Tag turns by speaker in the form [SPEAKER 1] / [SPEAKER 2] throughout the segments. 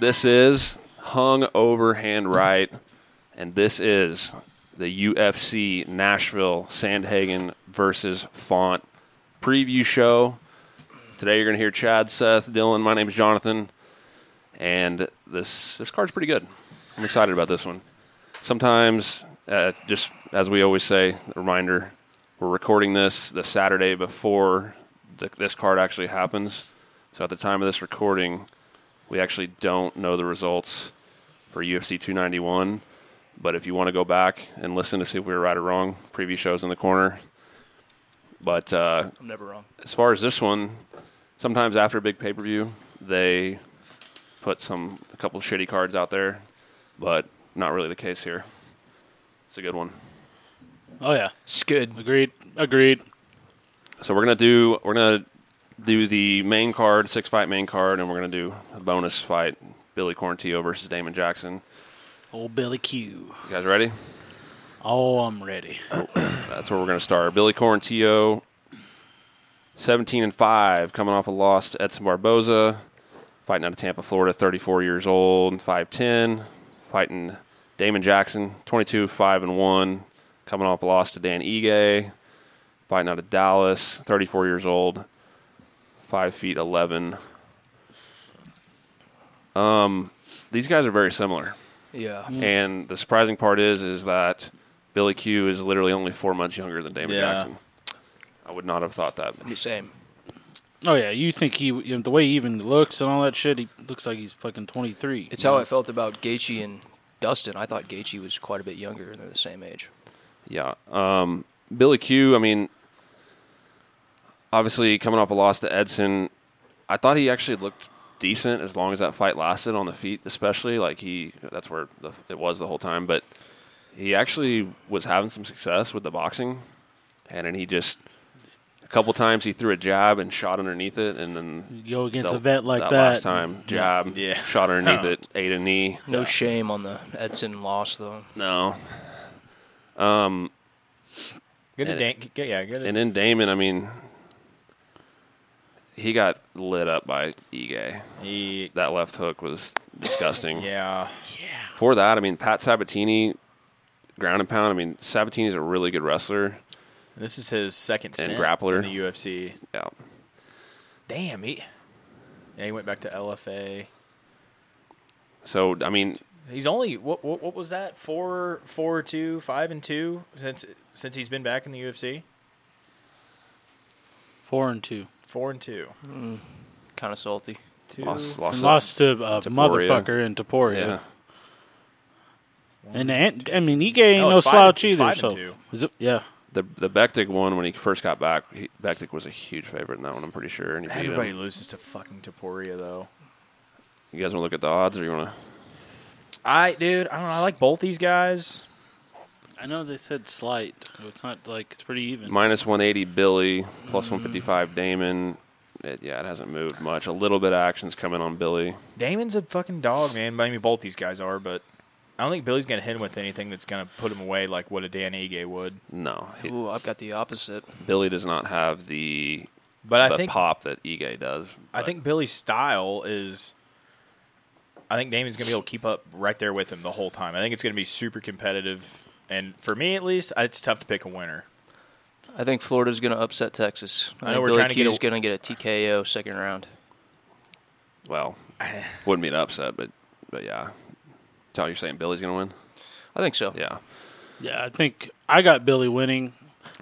[SPEAKER 1] This is hung over hand right, and this is the UFC Nashville Sandhagen versus Font preview show. Today you're going to hear Chad, Seth, Dylan. My name's Jonathan, and this this card's pretty good. I'm excited about this one. Sometimes, uh, just as we always say, a reminder: we're recording this the Saturday before the, this card actually happens. So at the time of this recording, we actually don't know the results for UFC 291. But if you want to go back and listen to see if we were right or wrong, previous shows in the corner. But uh,
[SPEAKER 2] I'm never wrong.
[SPEAKER 1] as far as this one, sometimes after a big pay per view, they put some a couple of shitty cards out there, but not really the case here. It's a good one.
[SPEAKER 3] Oh yeah,
[SPEAKER 2] It's good.
[SPEAKER 3] agreed, agreed.
[SPEAKER 1] So we're gonna do we're gonna do the main card, six fight main card, and we're gonna do a bonus fight, Billy Quarantillo versus Damon Jackson.
[SPEAKER 3] Old Billy Q.
[SPEAKER 1] You guys ready?
[SPEAKER 3] Oh, I'm ready.
[SPEAKER 1] That's where we're going to start. Billy Quarantillo, 17 and 5, coming off a loss to Edson Barboza, fighting out of Tampa, Florida, 34 years old, 5'10, fighting Damon Jackson, 22, 5 and 1, coming off a loss to Dan Ige, fighting out of Dallas, 34 years old, 5 feet 11. Um, these guys are very similar.
[SPEAKER 2] Yeah.
[SPEAKER 3] Mm-hmm.
[SPEAKER 1] And the surprising part is, is that Billy Q is literally only four months younger than Damon
[SPEAKER 3] Yeah.
[SPEAKER 1] Jackson. I would not have thought that.
[SPEAKER 2] Same.
[SPEAKER 3] Oh yeah, you think he you know, the way he even looks and all that shit? He looks like he's fucking 23.
[SPEAKER 2] It's how I felt about Gaethje and Dustin. I thought Gaethje was quite a bit younger, and they're the same age.
[SPEAKER 1] Yeah. Um, Billy Q, I mean, obviously coming off a loss to Edson, I thought he actually looked decent as long as that fight lasted on the feet, especially. Like, he, that's where the, it was the whole time. But he actually was having some success with the boxing. And then he just, a couple times he threw a jab and shot underneath it. And then
[SPEAKER 3] You go against
[SPEAKER 1] the-
[SPEAKER 3] a vet like that.
[SPEAKER 1] last time. Jab,
[SPEAKER 4] Yeah.
[SPEAKER 1] shot underneath it, ate a knee.
[SPEAKER 2] No shame on the Edson loss, though.
[SPEAKER 1] No,
[SPEAKER 4] Good to
[SPEAKER 1] And-
[SPEAKER 4] Dan- get, yeah, good.
[SPEAKER 1] and then Damon. I mean, he got lit up by Ige.
[SPEAKER 4] he,
[SPEAKER 1] That left hook was disgusting.
[SPEAKER 4] yeah,
[SPEAKER 1] For that, I mean, Pat Sabatini, ground and pound. I mean, Sabatini's a really good wrestler.
[SPEAKER 4] this is his second stint
[SPEAKER 1] grappler.
[SPEAKER 4] in the UFC.
[SPEAKER 1] Yeah,
[SPEAKER 4] Damn, he. Yeah, he went back to LFA.
[SPEAKER 1] so I mean,
[SPEAKER 4] He's only what? What, what was that? Four, four, or two, five, and two since since he's been back in the UFC.
[SPEAKER 3] Four and two.
[SPEAKER 4] Four and two.
[SPEAKER 2] Kind of salty.
[SPEAKER 4] Two.
[SPEAKER 1] lost,
[SPEAKER 3] And
[SPEAKER 1] lost,
[SPEAKER 3] lost to uh,
[SPEAKER 1] Taporia.
[SPEAKER 3] motherfucker in Taporia.
[SPEAKER 1] Yeah,
[SPEAKER 3] And, and I mean, Ige ain't
[SPEAKER 4] No,
[SPEAKER 3] no,
[SPEAKER 4] it's five-
[SPEAKER 3] slouch
[SPEAKER 4] it's
[SPEAKER 3] either.
[SPEAKER 4] five and
[SPEAKER 3] so
[SPEAKER 4] two.
[SPEAKER 3] Is it- yeah,
[SPEAKER 1] the the Bektik one when he first got back. He, Bektik was a huge favorite in that one. I'm pretty sure. And he beat him.
[SPEAKER 4] Everybody loses to fucking Taporia though.
[SPEAKER 1] You guys want to look at the odds, or you want to?
[SPEAKER 4] I dude, I don't know. I like both these guys.
[SPEAKER 3] I know they said slight. so It's not like it's pretty even.
[SPEAKER 1] minus 180 Billy, plus 155 Damon. It, yeah, it hasn't moved much. A little bit of action's coming on Billy.
[SPEAKER 4] Damon's a fucking dog, man. I mean, both these guys are, but I don't think Billy's gonna hit him with anything that's gonna put him away like what a Dan Ige would.
[SPEAKER 1] No, he-
[SPEAKER 2] Ooh, I've got the opposite.
[SPEAKER 1] Billy does not have the,
[SPEAKER 4] But I
[SPEAKER 1] the
[SPEAKER 4] think
[SPEAKER 1] pop that Ige does.
[SPEAKER 4] I think Billy's style is. I think Damon's gonna be able to keep up right there with him the whole time. I think it's gonna be super competitive, and for me at least, it's tough to pick a winner.
[SPEAKER 2] I think Florida's going to upset Texas. I,
[SPEAKER 4] know
[SPEAKER 2] think
[SPEAKER 4] we're
[SPEAKER 2] Billy
[SPEAKER 4] trying to get
[SPEAKER 2] Q's
[SPEAKER 4] a-
[SPEAKER 2] going to get a TKO second round.
[SPEAKER 1] Well, wouldn't be an upset, but but yeah. So you're saying Billy's gonna win?
[SPEAKER 2] I think so.
[SPEAKER 1] Yeah,
[SPEAKER 3] yeah, I think I got Billy winning,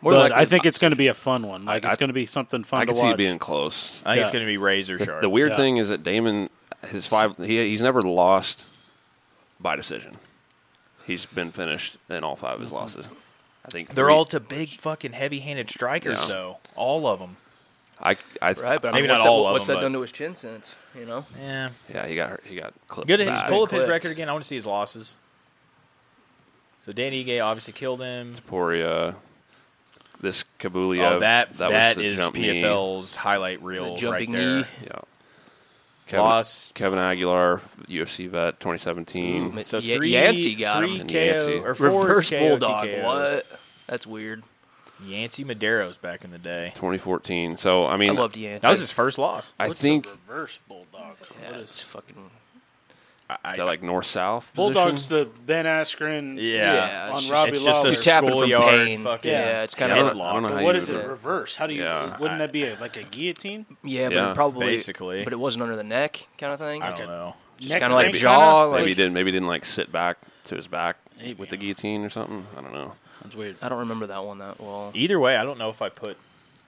[SPEAKER 2] More
[SPEAKER 3] but
[SPEAKER 2] likely
[SPEAKER 3] I
[SPEAKER 2] than
[SPEAKER 3] think
[SPEAKER 2] not.
[SPEAKER 3] it's going to be a fun one. Like
[SPEAKER 1] I-
[SPEAKER 3] it's going to be something fun
[SPEAKER 1] I
[SPEAKER 3] to
[SPEAKER 1] can see
[SPEAKER 3] watch.
[SPEAKER 1] it being close.
[SPEAKER 4] I think it's
[SPEAKER 3] Yeah.
[SPEAKER 4] gonna be razor sharp.
[SPEAKER 1] The weird
[SPEAKER 3] Yeah.
[SPEAKER 1] thing is that Damon, his five, he, he's never lost by decision. He's been finished in all five of his losses. I think
[SPEAKER 4] Mm-hmm. They're
[SPEAKER 1] three-
[SPEAKER 4] all to big fucking heavy-handed strikers
[SPEAKER 1] Yeah.
[SPEAKER 4] though. All of them.
[SPEAKER 1] I, I,
[SPEAKER 2] Right, but I
[SPEAKER 4] Maybe
[SPEAKER 2] mean,
[SPEAKER 4] not
[SPEAKER 2] what's that,
[SPEAKER 4] all of
[SPEAKER 2] what's
[SPEAKER 4] them,
[SPEAKER 2] that
[SPEAKER 4] but-
[SPEAKER 2] done to his chin since, you know?
[SPEAKER 4] Yeah.
[SPEAKER 1] yeah, he got hurt. He got clipped.
[SPEAKER 4] Good.
[SPEAKER 1] bad.
[SPEAKER 4] Just pull up his
[SPEAKER 2] Clipped.
[SPEAKER 4] record again. I want to see his losses. So Dan Ige obviously killed him.
[SPEAKER 1] Poria, this Kabulia.
[SPEAKER 4] Oh, that that
[SPEAKER 1] the
[SPEAKER 4] is
[SPEAKER 1] jump knee.
[SPEAKER 4] PFL's highlight reel
[SPEAKER 2] The jumping
[SPEAKER 4] right there.
[SPEAKER 2] knee.
[SPEAKER 1] Yeah. Kevin,
[SPEAKER 4] Lost.
[SPEAKER 1] Kevin Aguilar, UFC vet, 2017.
[SPEAKER 2] Ooh,
[SPEAKER 4] So
[SPEAKER 2] Ye-
[SPEAKER 4] three,
[SPEAKER 2] Yancey got
[SPEAKER 4] three
[SPEAKER 2] him.
[SPEAKER 4] KO
[SPEAKER 1] Yancey.
[SPEAKER 4] or four
[SPEAKER 2] Reverse
[SPEAKER 4] KO
[SPEAKER 2] bulldog.
[SPEAKER 4] TKOs.
[SPEAKER 2] What? That's weird.
[SPEAKER 4] Yancey Madero's back in the day.
[SPEAKER 1] 2014. So I
[SPEAKER 2] I
[SPEAKER 1] mean,
[SPEAKER 2] loved Yancey.
[SPEAKER 4] That was his first loss.
[SPEAKER 1] I
[SPEAKER 3] What's
[SPEAKER 1] think
[SPEAKER 3] a reverse bulldog.
[SPEAKER 2] Yeah, it's fucking.
[SPEAKER 4] I, I,
[SPEAKER 1] Is that like north south?
[SPEAKER 3] Bulldogs, the Ben Askren.
[SPEAKER 4] yeah.
[SPEAKER 2] it's
[SPEAKER 3] on
[SPEAKER 2] just-
[SPEAKER 3] Robbie
[SPEAKER 4] It's just a
[SPEAKER 3] Lawler.
[SPEAKER 2] He's tapping from
[SPEAKER 4] schoolyard
[SPEAKER 2] pain.
[SPEAKER 4] fucking.
[SPEAKER 2] Yeah,
[SPEAKER 3] Yeah.
[SPEAKER 2] it's kind
[SPEAKER 1] I
[SPEAKER 2] of
[SPEAKER 1] don't, know- I don't know
[SPEAKER 3] But
[SPEAKER 1] how
[SPEAKER 3] what
[SPEAKER 1] you
[SPEAKER 3] is
[SPEAKER 1] do
[SPEAKER 3] it?
[SPEAKER 1] that.
[SPEAKER 3] Reverse? How do you?
[SPEAKER 1] Yeah.
[SPEAKER 3] Wouldn't that be a, like a guillotine?
[SPEAKER 2] yeah, but
[SPEAKER 1] Yeah,
[SPEAKER 2] it probably
[SPEAKER 4] basically.
[SPEAKER 2] But it wasn't under the neck kind of thing.
[SPEAKER 4] I don't know.
[SPEAKER 2] Just
[SPEAKER 3] Neck
[SPEAKER 2] kind of like
[SPEAKER 3] crank
[SPEAKER 2] jaw.
[SPEAKER 3] kinda?
[SPEAKER 1] Maybe he
[SPEAKER 2] Like,
[SPEAKER 1] didn't. Maybe he didn't like sit back to his back
[SPEAKER 3] Maybe,
[SPEAKER 1] with the
[SPEAKER 3] yeah.
[SPEAKER 1] guillotine or something. I don't know.
[SPEAKER 3] That's weird.
[SPEAKER 2] I don't remember that one that well.
[SPEAKER 4] Either way, I don't know if I put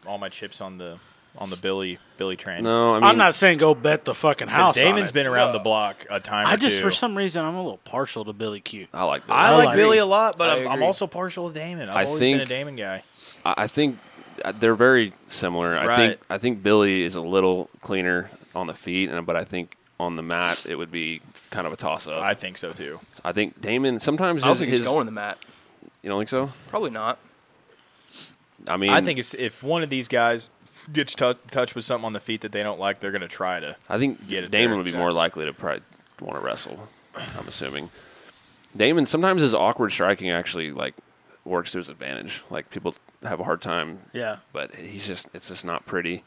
[SPEAKER 4] all my chips on the on the Billy Billy train.
[SPEAKER 1] No, I mean,
[SPEAKER 3] I'm not saying go bet the fucking house.
[SPEAKER 4] Because
[SPEAKER 3] on
[SPEAKER 4] Damon's
[SPEAKER 3] it.
[SPEAKER 4] been around the block a time.
[SPEAKER 3] I
[SPEAKER 4] or
[SPEAKER 3] just
[SPEAKER 4] two.
[SPEAKER 3] for some reason I'm a little partial to Billy Q.
[SPEAKER 1] I like. That.
[SPEAKER 4] I,
[SPEAKER 1] I,
[SPEAKER 4] like
[SPEAKER 2] agree.
[SPEAKER 4] Billy a lot, but
[SPEAKER 2] I
[SPEAKER 4] I'm, I'm
[SPEAKER 2] agree.
[SPEAKER 4] also partial to Damon. I've
[SPEAKER 1] I
[SPEAKER 4] always been
[SPEAKER 1] think-
[SPEAKER 4] a Damon guy.
[SPEAKER 1] I think uh, they're very similar. I think
[SPEAKER 4] Right.
[SPEAKER 1] I think Billy is a little cleaner on the feet, and but I think on the mat it would be kind of a toss up.
[SPEAKER 4] I
[SPEAKER 1] I,
[SPEAKER 4] think so too.
[SPEAKER 1] think Damon sometimes
[SPEAKER 2] I don't
[SPEAKER 1] his,
[SPEAKER 2] think
[SPEAKER 1] his
[SPEAKER 2] it's going to the mat.
[SPEAKER 1] you don't think so?
[SPEAKER 2] Probably not.
[SPEAKER 1] I mean,
[SPEAKER 4] I think it's, if one of these guys gets tou touched with something on the feet that they don't like, they're going to try to.
[SPEAKER 1] I think
[SPEAKER 4] Get it
[SPEAKER 1] Damon
[SPEAKER 4] there,
[SPEAKER 1] would be
[SPEAKER 4] exactly.
[SPEAKER 1] more likely to probably want to wrestle. I'm assuming. Damon sometimes his awkward striking actually like works to his advantage. Like people have a hard time,
[SPEAKER 3] Yeah.
[SPEAKER 1] but he's just it's just not pretty.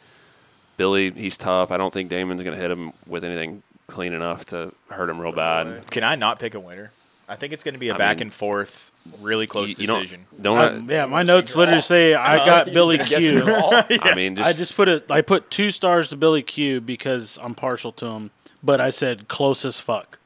[SPEAKER 1] Billy, he's tough. I don't think Damon's gonna hit him with anything clean enough to hurt him real bad.
[SPEAKER 4] Can I not pick a winner? I think it's going to be a
[SPEAKER 1] I
[SPEAKER 4] back
[SPEAKER 1] mean,
[SPEAKER 4] and forth, really close
[SPEAKER 1] You- you don't-
[SPEAKER 4] decision.
[SPEAKER 3] I-
[SPEAKER 1] Don't.
[SPEAKER 3] yeah, my notes literally say I got Billy Q.
[SPEAKER 1] I, I mean, just,
[SPEAKER 3] I just put it. I put two stars to Billy Q because I'm partial to him, but I said close as fuck.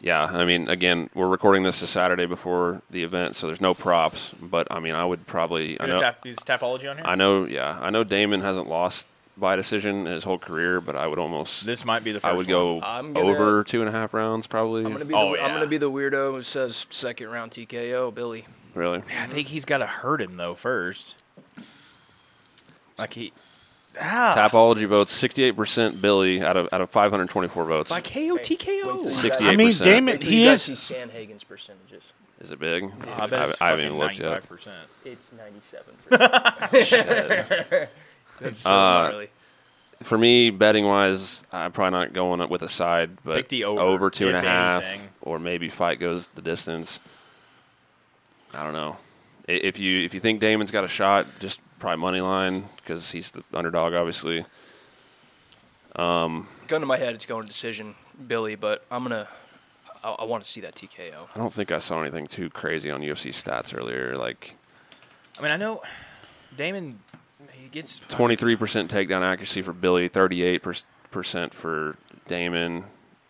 [SPEAKER 1] yeah. I mean, again, we're recording this a Saturday before the event, so there's no props. But I mean, I would probably. I
[SPEAKER 4] You're gonna
[SPEAKER 1] know,
[SPEAKER 4] tap, is Tapology on here?
[SPEAKER 1] I know, yeah, I know Damon hasn't lost by decision in his whole career, but I would almost,
[SPEAKER 4] this might be the first
[SPEAKER 1] I would
[SPEAKER 4] one.
[SPEAKER 1] go
[SPEAKER 2] I'm gonna-
[SPEAKER 1] over two and a half rounds probably.
[SPEAKER 2] I'm gonna be.
[SPEAKER 4] Oh,
[SPEAKER 2] the,
[SPEAKER 4] yeah.
[SPEAKER 2] I'm gonna be the weirdo who says second round TKO, Billy.
[SPEAKER 1] really?
[SPEAKER 4] I think he's got to hurt him, though, first. Like he. Ah,
[SPEAKER 1] Tapology votes 68% Billy out of out of 524 votes.
[SPEAKER 4] by KO TKO.
[SPEAKER 1] Six-
[SPEAKER 2] Sixty.
[SPEAKER 1] 68%.
[SPEAKER 3] I mean, Damon, he is.
[SPEAKER 2] Sandhagen's percentages.
[SPEAKER 1] Is it big?
[SPEAKER 4] Oh, I bet it's
[SPEAKER 1] I haven't
[SPEAKER 4] fucking
[SPEAKER 1] even looked yet.
[SPEAKER 4] 95%.
[SPEAKER 2] It's ninety-seven. percent
[SPEAKER 1] Shit.
[SPEAKER 4] That's so
[SPEAKER 1] Uh,
[SPEAKER 4] gnarly.
[SPEAKER 1] For me, betting wise, I'm probably not going with a side, but
[SPEAKER 4] Pick the over,
[SPEAKER 1] two and a
[SPEAKER 4] if
[SPEAKER 1] half,
[SPEAKER 4] anything.
[SPEAKER 1] or maybe fight goes the distance. I don't know. I- If you if you think Damon's got a shot, just probably money line because he's the underdog, obviously.
[SPEAKER 2] Gun to my head, it's going decision, Billy. But I'm gonna. I, I want to see that TKO.
[SPEAKER 1] I don't think I saw anything too crazy on UFC stats earlier. Like
[SPEAKER 4] I mean, I know Damon. He gets
[SPEAKER 1] 23% takedown accuracy for Billy, 38% for Damon.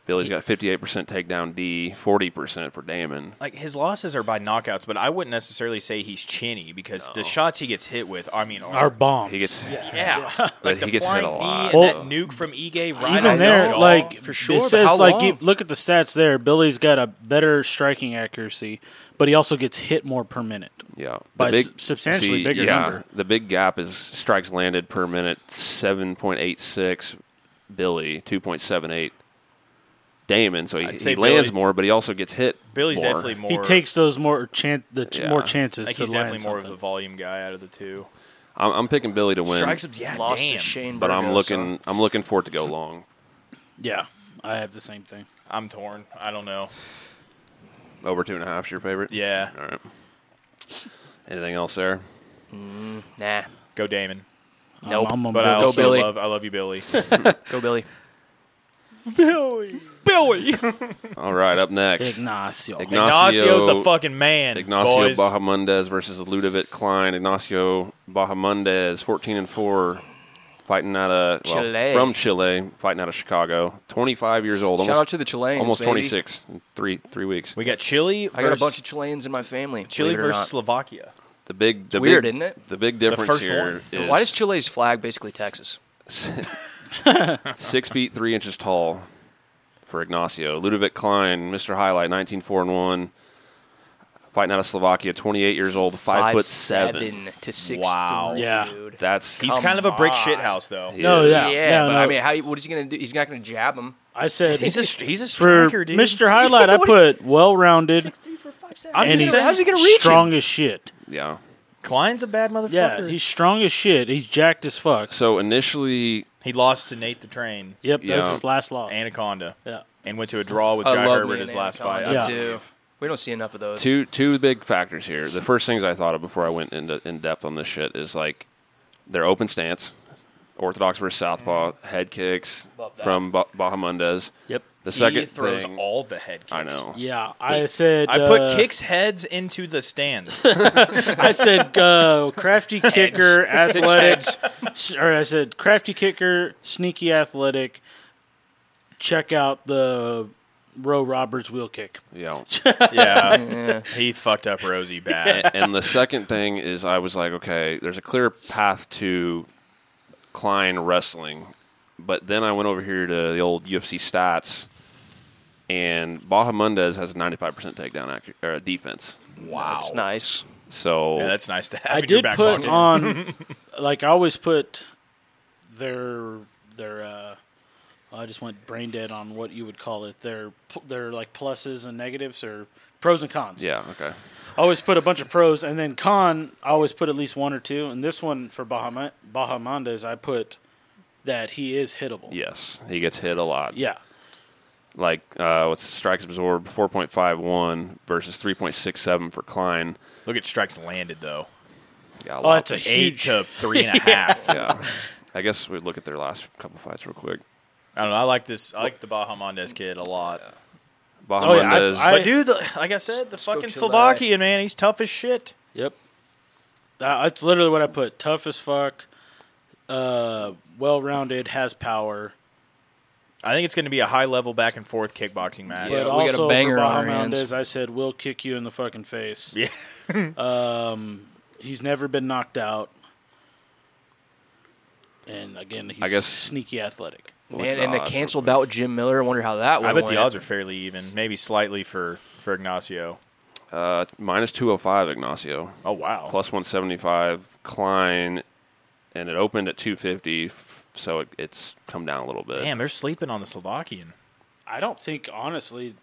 [SPEAKER 1] Billy's got 58% takedown D, 40% for Damon.
[SPEAKER 4] like his losses are by knockouts, but I wouldn't necessarily say he's chinny because
[SPEAKER 1] No.
[SPEAKER 4] the shots he gets hit with, I mean, are
[SPEAKER 3] Our bomb.
[SPEAKER 1] He gets
[SPEAKER 4] yeah,
[SPEAKER 1] But
[SPEAKER 4] like
[SPEAKER 1] he
[SPEAKER 4] the
[SPEAKER 1] gets hit
[SPEAKER 4] flying
[SPEAKER 1] a lot.
[SPEAKER 4] knee
[SPEAKER 3] Well,
[SPEAKER 4] and that nuke from Ige
[SPEAKER 3] even
[SPEAKER 4] right on the
[SPEAKER 3] there,
[SPEAKER 4] jaw.
[SPEAKER 3] like
[SPEAKER 2] for sure,
[SPEAKER 3] it
[SPEAKER 2] but
[SPEAKER 3] says,
[SPEAKER 2] how
[SPEAKER 3] like
[SPEAKER 2] long?
[SPEAKER 3] you- look at the stats there. Billy's got a better striking accuracy, but he also gets hit more per minute.
[SPEAKER 1] Yeah, the
[SPEAKER 3] By sub- substantially bigger number.
[SPEAKER 1] The big gap is strikes landed per minute seven point eight six, Billy two point seven eight, Damon. So he,
[SPEAKER 4] I'd
[SPEAKER 1] he
[SPEAKER 4] say
[SPEAKER 1] lands
[SPEAKER 4] Billy-
[SPEAKER 1] more, but he also gets hit.
[SPEAKER 4] Billy's
[SPEAKER 1] more.
[SPEAKER 4] definitely more.
[SPEAKER 3] he takes those more chan- the ch-
[SPEAKER 1] Yeah.
[SPEAKER 3] more chances.
[SPEAKER 4] Like
[SPEAKER 3] to
[SPEAKER 4] he's definitely
[SPEAKER 3] land
[SPEAKER 4] more of
[SPEAKER 3] something.
[SPEAKER 4] the volume guy out of the two.
[SPEAKER 1] I'm, I'm picking Billy to win,
[SPEAKER 4] Strikes him, yeah,
[SPEAKER 2] Lost
[SPEAKER 4] damn.
[SPEAKER 2] to Shane,
[SPEAKER 1] but I'm
[SPEAKER 2] Burgos,
[SPEAKER 1] looking.
[SPEAKER 2] so-
[SPEAKER 1] I'm looking for it to go long.
[SPEAKER 3] Yeah, I have the same thing.
[SPEAKER 4] I'm torn. I don't know.
[SPEAKER 1] Over two and a half is your favorite.
[SPEAKER 4] Yeah,
[SPEAKER 1] All right. Anything else there?
[SPEAKER 2] Nah,
[SPEAKER 4] go Damon.
[SPEAKER 2] Nope,
[SPEAKER 3] I'm, I'm
[SPEAKER 4] But I
[SPEAKER 3] on
[SPEAKER 2] Go
[SPEAKER 4] also
[SPEAKER 2] Billy.
[SPEAKER 4] love. I love you, Billy.
[SPEAKER 2] go Billy.
[SPEAKER 4] Billy.
[SPEAKER 2] Billy.
[SPEAKER 1] All right. Up next,
[SPEAKER 3] Ignacio.
[SPEAKER 1] Ign-
[SPEAKER 4] Ignacio's the
[SPEAKER 1] Ignacio-
[SPEAKER 4] fucking man.
[SPEAKER 1] Ignacio
[SPEAKER 4] boys.
[SPEAKER 1] Bahamundes versus Ludovic Klein. Ignacio Bahamundes, fourteen and four, fighting out of well,
[SPEAKER 2] Chile.
[SPEAKER 1] from Chile, fighting out of Chicago. Twenty five years old,
[SPEAKER 2] Shout out
[SPEAKER 1] almost,
[SPEAKER 2] to the Chileans.
[SPEAKER 1] almost
[SPEAKER 2] baby.
[SPEAKER 1] twenty six. Three three weeks.
[SPEAKER 4] We got Chile.
[SPEAKER 2] I got a bunch of Chileans in my family.
[SPEAKER 4] Chile
[SPEAKER 2] believe it or
[SPEAKER 4] versus
[SPEAKER 2] not.
[SPEAKER 4] Slovakia.
[SPEAKER 1] The big, the
[SPEAKER 2] weird,
[SPEAKER 1] big-
[SPEAKER 2] isn't it?
[SPEAKER 1] The big difference
[SPEAKER 4] first
[SPEAKER 1] here
[SPEAKER 4] one.
[SPEAKER 1] is
[SPEAKER 2] Why is Chile's flag basically Texas?
[SPEAKER 1] six feet three inches tall for Ignacio. Ludovic Klein, Mr. Highlight, 19 4 and 1. Fighting out of Slovakia, 28 years old, 5, foot 7.
[SPEAKER 2] to six.
[SPEAKER 4] Wow.
[SPEAKER 2] three,
[SPEAKER 3] Yeah.
[SPEAKER 2] dude.
[SPEAKER 1] That's
[SPEAKER 4] He's
[SPEAKER 2] Come
[SPEAKER 4] kind of a brick
[SPEAKER 2] on.
[SPEAKER 4] shit house, though.
[SPEAKER 1] he
[SPEAKER 3] No,
[SPEAKER 1] is.
[SPEAKER 3] yeah.
[SPEAKER 2] Yeah,
[SPEAKER 3] no,
[SPEAKER 2] but
[SPEAKER 3] no.
[SPEAKER 2] I mean, how, what is he gonna do? He's not gonna jab him.
[SPEAKER 3] I said
[SPEAKER 4] He's a he's a striker,
[SPEAKER 3] for
[SPEAKER 4] dude.
[SPEAKER 3] Mr. Highlight. I put well-rounded
[SPEAKER 4] I'm
[SPEAKER 3] and
[SPEAKER 4] just
[SPEAKER 3] he's
[SPEAKER 4] saying-
[SPEAKER 2] how's he gonna reach him?
[SPEAKER 3] strong as shit.
[SPEAKER 1] yeah.
[SPEAKER 4] Klein's a bad motherfucker.
[SPEAKER 3] Yeah, he's strong as shit. He's jacked as fuck.
[SPEAKER 1] So initially,
[SPEAKER 4] he lost to Nate the Train,
[SPEAKER 3] Yep, that was
[SPEAKER 1] Yeah.
[SPEAKER 3] his last loss.
[SPEAKER 4] Anaconda,
[SPEAKER 3] yeah.
[SPEAKER 4] and went to a draw with
[SPEAKER 2] I
[SPEAKER 4] Jack
[SPEAKER 2] love
[SPEAKER 4] Herbert
[SPEAKER 2] me
[SPEAKER 4] his
[SPEAKER 2] an
[SPEAKER 4] last fight.
[SPEAKER 2] anaconda,
[SPEAKER 3] Yeah.
[SPEAKER 2] Too. We don't see enough of those.
[SPEAKER 1] two two big factors here. The first things I thought of before I went into in depth on this shit is like their open stance. Orthodox versus Southpaw head kicks
[SPEAKER 2] Love that.
[SPEAKER 1] from ba- Bahamundez.
[SPEAKER 3] Yep.
[SPEAKER 1] The second
[SPEAKER 4] he throws
[SPEAKER 1] thing,
[SPEAKER 4] all the head kicks.
[SPEAKER 1] I know.
[SPEAKER 3] Yeah, I said
[SPEAKER 4] I put
[SPEAKER 3] uh,
[SPEAKER 4] kicks heads into the stands.
[SPEAKER 3] I said uh, crafty kicker, athletic, s- or I said crafty kicker, sneaky athletic. Check out the row Roberts wheel kick.
[SPEAKER 1] Yeah.
[SPEAKER 4] yeah, he fucked up Rosie bad.
[SPEAKER 1] A- and the second thing is I was like, okay, there's a clear path to Klein wrestling. But then I went over here to the old UFC stats, and Bahamundez has a 95% takedown accu- or defense.
[SPEAKER 4] Wow,
[SPEAKER 2] It's nice.
[SPEAKER 4] Oh
[SPEAKER 1] So
[SPEAKER 4] Yeah, that's nice to have.
[SPEAKER 3] I
[SPEAKER 4] in your
[SPEAKER 3] did
[SPEAKER 4] back
[SPEAKER 3] put
[SPEAKER 4] pocket.
[SPEAKER 3] on, like I always put their their. uh I just went brain dead on what you would call it. Their pl- their like pluses and negatives or pros and cons.
[SPEAKER 1] yeah, okay.
[SPEAKER 3] I always put a bunch of pros, and then con, I always put at least one or two. And this one for Bahama, Bahamondes, I put that he is hittable.
[SPEAKER 1] Yes, he gets hit a lot.
[SPEAKER 3] Yeah.
[SPEAKER 1] like uh, what's strikes absorbed 4.51 versus 3.67 for Klein.
[SPEAKER 4] Look at strikes landed though.
[SPEAKER 1] Yeah, a
[SPEAKER 3] Oh,
[SPEAKER 1] lot.
[SPEAKER 3] that's a
[SPEAKER 4] Eight
[SPEAKER 3] huge.
[SPEAKER 4] to three and a half.
[SPEAKER 1] yeah. I guess we look at their last couple fights real quick.
[SPEAKER 4] I don't know. I like this. I like the Bahamondez kid a lot.
[SPEAKER 3] Oh, yeah, I-
[SPEAKER 1] Bahamundez,
[SPEAKER 3] I-
[SPEAKER 4] But dude, the, like I said, the fucking
[SPEAKER 2] to that.
[SPEAKER 4] Slovakian man, he's tough as shit.
[SPEAKER 3] Yep. Uh, that's literally what I put. Tough as fuck. Uh, well rounded, has power.
[SPEAKER 4] I think it's going to be a high level back and forth kickboxing match.
[SPEAKER 3] But
[SPEAKER 2] Yeah. we got a
[SPEAKER 3] also
[SPEAKER 2] banger
[SPEAKER 3] for
[SPEAKER 2] on our hands.
[SPEAKER 3] Bahamondes, I said we'll kick you in the fucking face. Um,
[SPEAKER 4] Yeah.
[SPEAKER 3] He's never been knocked out. And again, he's
[SPEAKER 1] I guess-
[SPEAKER 3] sneaky athletic.
[SPEAKER 1] Look at
[SPEAKER 2] Man, and the
[SPEAKER 1] odds.
[SPEAKER 2] canceled bout with Jim Miller. I wonder how that would.
[SPEAKER 4] I bet the odds are fairly even, maybe slightly for for Ignacio.
[SPEAKER 1] uh, minus 205 Ignacio,
[SPEAKER 4] Oh wow,
[SPEAKER 1] plus 175 Klein, and it opened at 250, f- so it, it's come down a little bit.
[SPEAKER 4] damn, they're sleeping on the Slovakian.
[SPEAKER 3] I don't think, honestly,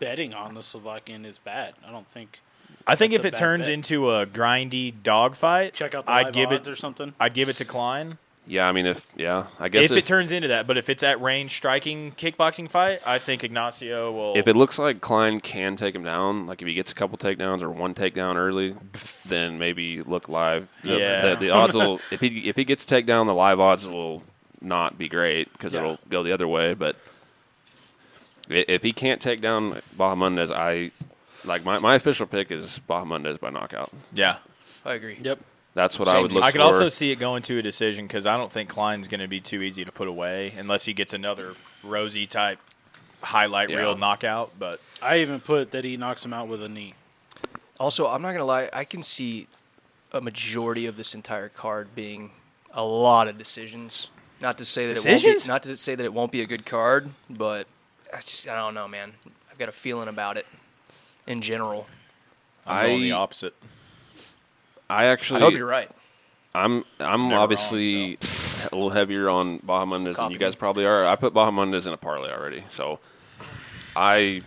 [SPEAKER 3] betting on the Slovakian is bad. I don't think.
[SPEAKER 4] I think
[SPEAKER 3] That's
[SPEAKER 4] if
[SPEAKER 3] a
[SPEAKER 4] it
[SPEAKER 3] bad
[SPEAKER 4] turns
[SPEAKER 3] bet.
[SPEAKER 4] into a grindy dogfight,
[SPEAKER 3] Check out the
[SPEAKER 4] I'd
[SPEAKER 3] live
[SPEAKER 4] give
[SPEAKER 3] odds
[SPEAKER 4] it.
[SPEAKER 3] or something.
[SPEAKER 4] I'd give it to Klein.
[SPEAKER 1] Yeah, I mean, if, yeah, I guess
[SPEAKER 4] if, it turns into that, but if it's at range striking kickboxing fight, I think Ignacio will.
[SPEAKER 1] if it looks like Klein can take him down, like if he gets a couple takedowns or one takedown early, then maybe look live. The,
[SPEAKER 4] Yeah.
[SPEAKER 1] the, the odds will if he if he gets takedown, the live odds will not be great because
[SPEAKER 3] Yeah.
[SPEAKER 1] it'll go the other way. But i- if he can't take down Bahamundez, I like my, my official pick is Bahamundez by knockout.
[SPEAKER 4] yeah,
[SPEAKER 2] I agree.
[SPEAKER 3] Yep.
[SPEAKER 1] That's what I
[SPEAKER 2] Same
[SPEAKER 1] would
[SPEAKER 2] team.
[SPEAKER 1] look
[SPEAKER 4] I could
[SPEAKER 1] for.
[SPEAKER 4] also see it going to a decision because I don't think Klein's going to be too easy to put away unless he gets another Rosie type highlight
[SPEAKER 1] Yeah.
[SPEAKER 4] reel knockout. But
[SPEAKER 3] I even put that he knocks him out with a knee.
[SPEAKER 2] Also, I'm not gonna lie. I can see a majority of this entire card being a lot of decisions. Not to say that it won't
[SPEAKER 4] Decisions?
[SPEAKER 2] be, not to say that it won't be a good card, but I just I don't know, man. I've got a feeling about it in general.
[SPEAKER 4] I'm going
[SPEAKER 1] I-
[SPEAKER 4] the opposite.
[SPEAKER 1] I
[SPEAKER 2] I
[SPEAKER 1] actually
[SPEAKER 2] hope you're right.
[SPEAKER 1] I'm I'm
[SPEAKER 4] Never
[SPEAKER 1] obviously a little heavier on Bahamundas than
[SPEAKER 2] Copy
[SPEAKER 1] you
[SPEAKER 2] me.
[SPEAKER 1] guys probably are. I put Bahamundas in a parlay already, so I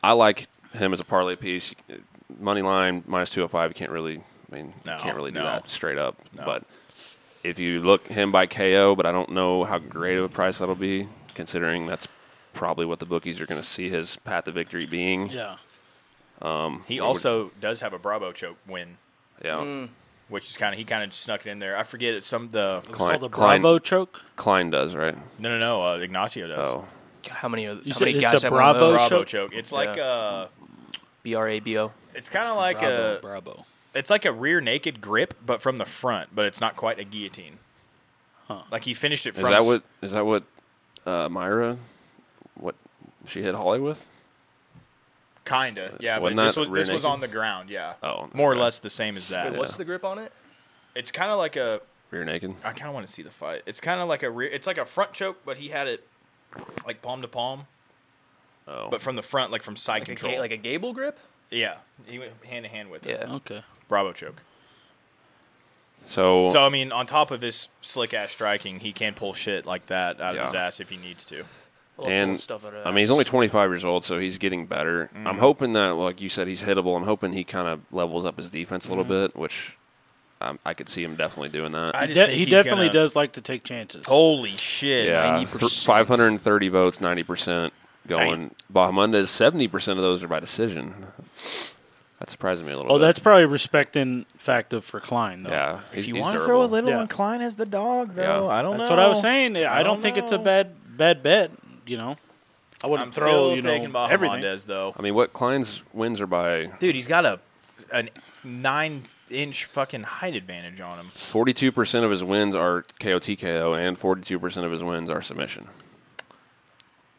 [SPEAKER 1] I like him as a parlay piece. Money line minus two hundred five. You can't really, I mean,
[SPEAKER 4] No,
[SPEAKER 1] you can't really do
[SPEAKER 4] no.
[SPEAKER 1] that straight up. But if you look him by KO, but I don't know how great of a price that'll be, considering that's probably what the bookies are going to see his path to victory being.
[SPEAKER 3] Yeah.
[SPEAKER 4] He also does have a Bravo choke win,
[SPEAKER 1] Yeah.
[SPEAKER 4] which is kind of he kind of snuck it in there. I forget it's some the
[SPEAKER 1] Klein,
[SPEAKER 3] Called a
[SPEAKER 1] Klein,
[SPEAKER 3] Bravo choke.
[SPEAKER 1] Klein does right.
[SPEAKER 4] no no no uh, Ignacio does
[SPEAKER 1] Oh,
[SPEAKER 2] God, how many of
[SPEAKER 3] You
[SPEAKER 2] how
[SPEAKER 3] said
[SPEAKER 2] many
[SPEAKER 3] it's
[SPEAKER 2] guys
[SPEAKER 3] a
[SPEAKER 2] have one of
[SPEAKER 3] Bravo
[SPEAKER 2] those?
[SPEAKER 4] Bravo
[SPEAKER 3] choke?
[SPEAKER 4] choke. It's like
[SPEAKER 2] Yeah.
[SPEAKER 4] uh
[SPEAKER 2] B R A B O.
[SPEAKER 4] it's kind of like
[SPEAKER 3] Bravo.
[SPEAKER 4] uh, a
[SPEAKER 3] Bravo.
[SPEAKER 4] it's like a rear naked grip, but from the front, but it's not quite a guillotine. Like he finished it
[SPEAKER 1] Is
[SPEAKER 4] from
[SPEAKER 1] that
[SPEAKER 4] s-
[SPEAKER 1] what? Is that what? Uh, Myra, what she hit Holly with?
[SPEAKER 4] Kinda, yeah. But
[SPEAKER 1] Wasn't
[SPEAKER 4] this
[SPEAKER 1] that
[SPEAKER 4] was this
[SPEAKER 1] rear
[SPEAKER 4] was
[SPEAKER 1] naked?
[SPEAKER 4] on the ground, yeah.
[SPEAKER 1] Oh,
[SPEAKER 4] more or
[SPEAKER 1] okay.
[SPEAKER 4] less the same as that.
[SPEAKER 1] what's Yeah.
[SPEAKER 2] the grip on it?
[SPEAKER 4] It's kind of like a.
[SPEAKER 1] Rear naked.
[SPEAKER 4] I kind of want to see the fight. It's kind of like a rear. It's like a front choke, but he had it like palm to palm,
[SPEAKER 1] Oh,
[SPEAKER 4] but from the front, like from side
[SPEAKER 2] Like a,
[SPEAKER 4] control.
[SPEAKER 2] ga- like a gable grip?
[SPEAKER 4] yeah, he went hand to hand with it.
[SPEAKER 2] Yeah.
[SPEAKER 3] Okay.
[SPEAKER 4] Bravo choke.
[SPEAKER 1] so,
[SPEAKER 4] So I mean, on top of his slick ass striking, he can pull shit like that out of his
[SPEAKER 1] Yeah.
[SPEAKER 4] ass if he needs to.
[SPEAKER 2] Little- little
[SPEAKER 1] and
[SPEAKER 2] stuff out of
[SPEAKER 1] I mean he's
[SPEAKER 2] asses.
[SPEAKER 1] only 25 years old, so he's getting better.
[SPEAKER 4] Mm-hmm.
[SPEAKER 1] I'm hoping that, like you said, he's hittable. I'm hoping he kind of levels up his defense a little bit, which um, I could see him definitely doing that.
[SPEAKER 4] Mm-hmm.
[SPEAKER 3] He,
[SPEAKER 4] I just
[SPEAKER 3] de-
[SPEAKER 4] think
[SPEAKER 3] he
[SPEAKER 4] he's
[SPEAKER 3] definitely
[SPEAKER 4] gonna-
[SPEAKER 3] does like to take chances.
[SPEAKER 4] Holy shit!
[SPEAKER 1] yeah,
[SPEAKER 2] 90%.
[SPEAKER 1] th- 530 votes, 90 percent going. Bahamunda's 70 percent of those are by decision. That surprised me a little
[SPEAKER 3] Oh,
[SPEAKER 1] bit.
[SPEAKER 3] that's probably a respecting factor for Klein, though.
[SPEAKER 1] yeah.
[SPEAKER 4] If
[SPEAKER 1] he's-
[SPEAKER 4] you
[SPEAKER 1] he's
[SPEAKER 4] want to
[SPEAKER 1] durable.
[SPEAKER 4] throw a little
[SPEAKER 3] Yeah.
[SPEAKER 4] on Klein as the dog,
[SPEAKER 1] Yeah.
[SPEAKER 4] though, I don't know.
[SPEAKER 3] That's what I was saying. I, don't,
[SPEAKER 4] don't
[SPEAKER 3] think it's a
[SPEAKER 4] know.
[SPEAKER 3] bad bad bet. You know, I wouldn't
[SPEAKER 4] I'm
[SPEAKER 3] throw
[SPEAKER 4] still
[SPEAKER 3] you
[SPEAKER 4] taking
[SPEAKER 3] know
[SPEAKER 4] Baja
[SPEAKER 3] everything.
[SPEAKER 4] Mondes, though.
[SPEAKER 1] I mean, what Klein's wins are by
[SPEAKER 4] Dude, he's got a an nine inch fucking height advantage on him.
[SPEAKER 1] forty-two percent of his wins are KO TKO, and forty-two percent of his wins are submission.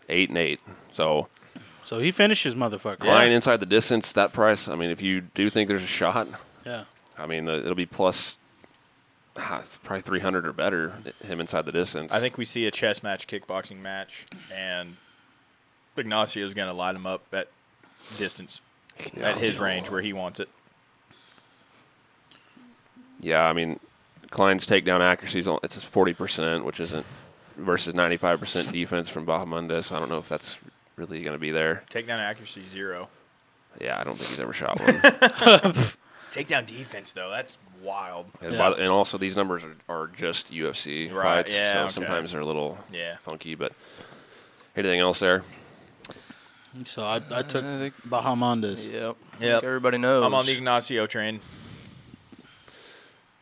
[SPEAKER 1] Eight and eight. So
[SPEAKER 3] So he finishes motherfucker.
[SPEAKER 1] Klein inside the distance, that price. I mean, if you do think there's a shot,
[SPEAKER 3] Yeah.
[SPEAKER 1] I mean, uh, it'll be plus ah, it's probably 300 or better, him inside the distance.
[SPEAKER 4] I think we see a chess match, kickboxing match, and Ignacio's going to light him up at distance, at his range where he wants it.
[SPEAKER 1] Yeah, I mean, Klein's takedown accuracy is on- it's 40%, which isn't versus 95% defense from Bahamundes. I don't know if that's really going to be there.
[SPEAKER 4] Takedown accuracy zero.
[SPEAKER 1] Yeah, I don't think he's ever shot one.
[SPEAKER 4] Takedown defense though, that's wild.
[SPEAKER 1] and, by, the- and also, these numbers are, are just UFC
[SPEAKER 4] Right,
[SPEAKER 1] fights,
[SPEAKER 4] yeah,
[SPEAKER 1] so
[SPEAKER 4] okay.
[SPEAKER 1] sometimes they're a little
[SPEAKER 4] Yeah.
[SPEAKER 1] funky. But anything else there?
[SPEAKER 3] So I, I took
[SPEAKER 4] Uh,
[SPEAKER 3] Bahamondes.
[SPEAKER 2] Yep.
[SPEAKER 4] Yep.
[SPEAKER 2] Everybody knows.
[SPEAKER 4] I'm on the Ignacio train.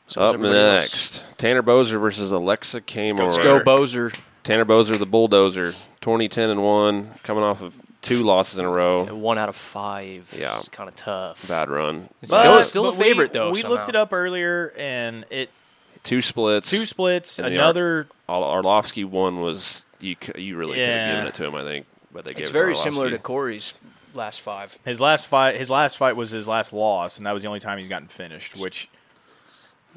[SPEAKER 2] So is
[SPEAKER 1] Up
[SPEAKER 2] everybody else.
[SPEAKER 1] next, Tanner Bozer versus Alexa Kamor.
[SPEAKER 2] Let's go, Bozer.
[SPEAKER 1] Tanner Bozer, the bulldozer, 2010 and one, coming off of two losses in a
[SPEAKER 2] And
[SPEAKER 1] row.
[SPEAKER 2] One out of five.
[SPEAKER 1] Yeah.
[SPEAKER 2] It's kind of tough.
[SPEAKER 1] Bad run.
[SPEAKER 2] It's still,
[SPEAKER 4] But-
[SPEAKER 2] it's still a
[SPEAKER 4] but we-
[SPEAKER 2] favorite, though.
[SPEAKER 4] We looked it up earlier, and it
[SPEAKER 1] Two splits.
[SPEAKER 4] two splits,
[SPEAKER 1] And they
[SPEAKER 4] another
[SPEAKER 1] Ar- Arlovsky one was you. c- You really
[SPEAKER 4] Yeah.
[SPEAKER 1] could have given it to him, I think, but they gave
[SPEAKER 2] It's
[SPEAKER 1] it
[SPEAKER 2] very
[SPEAKER 1] to Arlovsky.
[SPEAKER 2] similar to Corey's last five.
[SPEAKER 4] his last fight. His last fight was his last loss, and that was the only time he's gotten finished. Which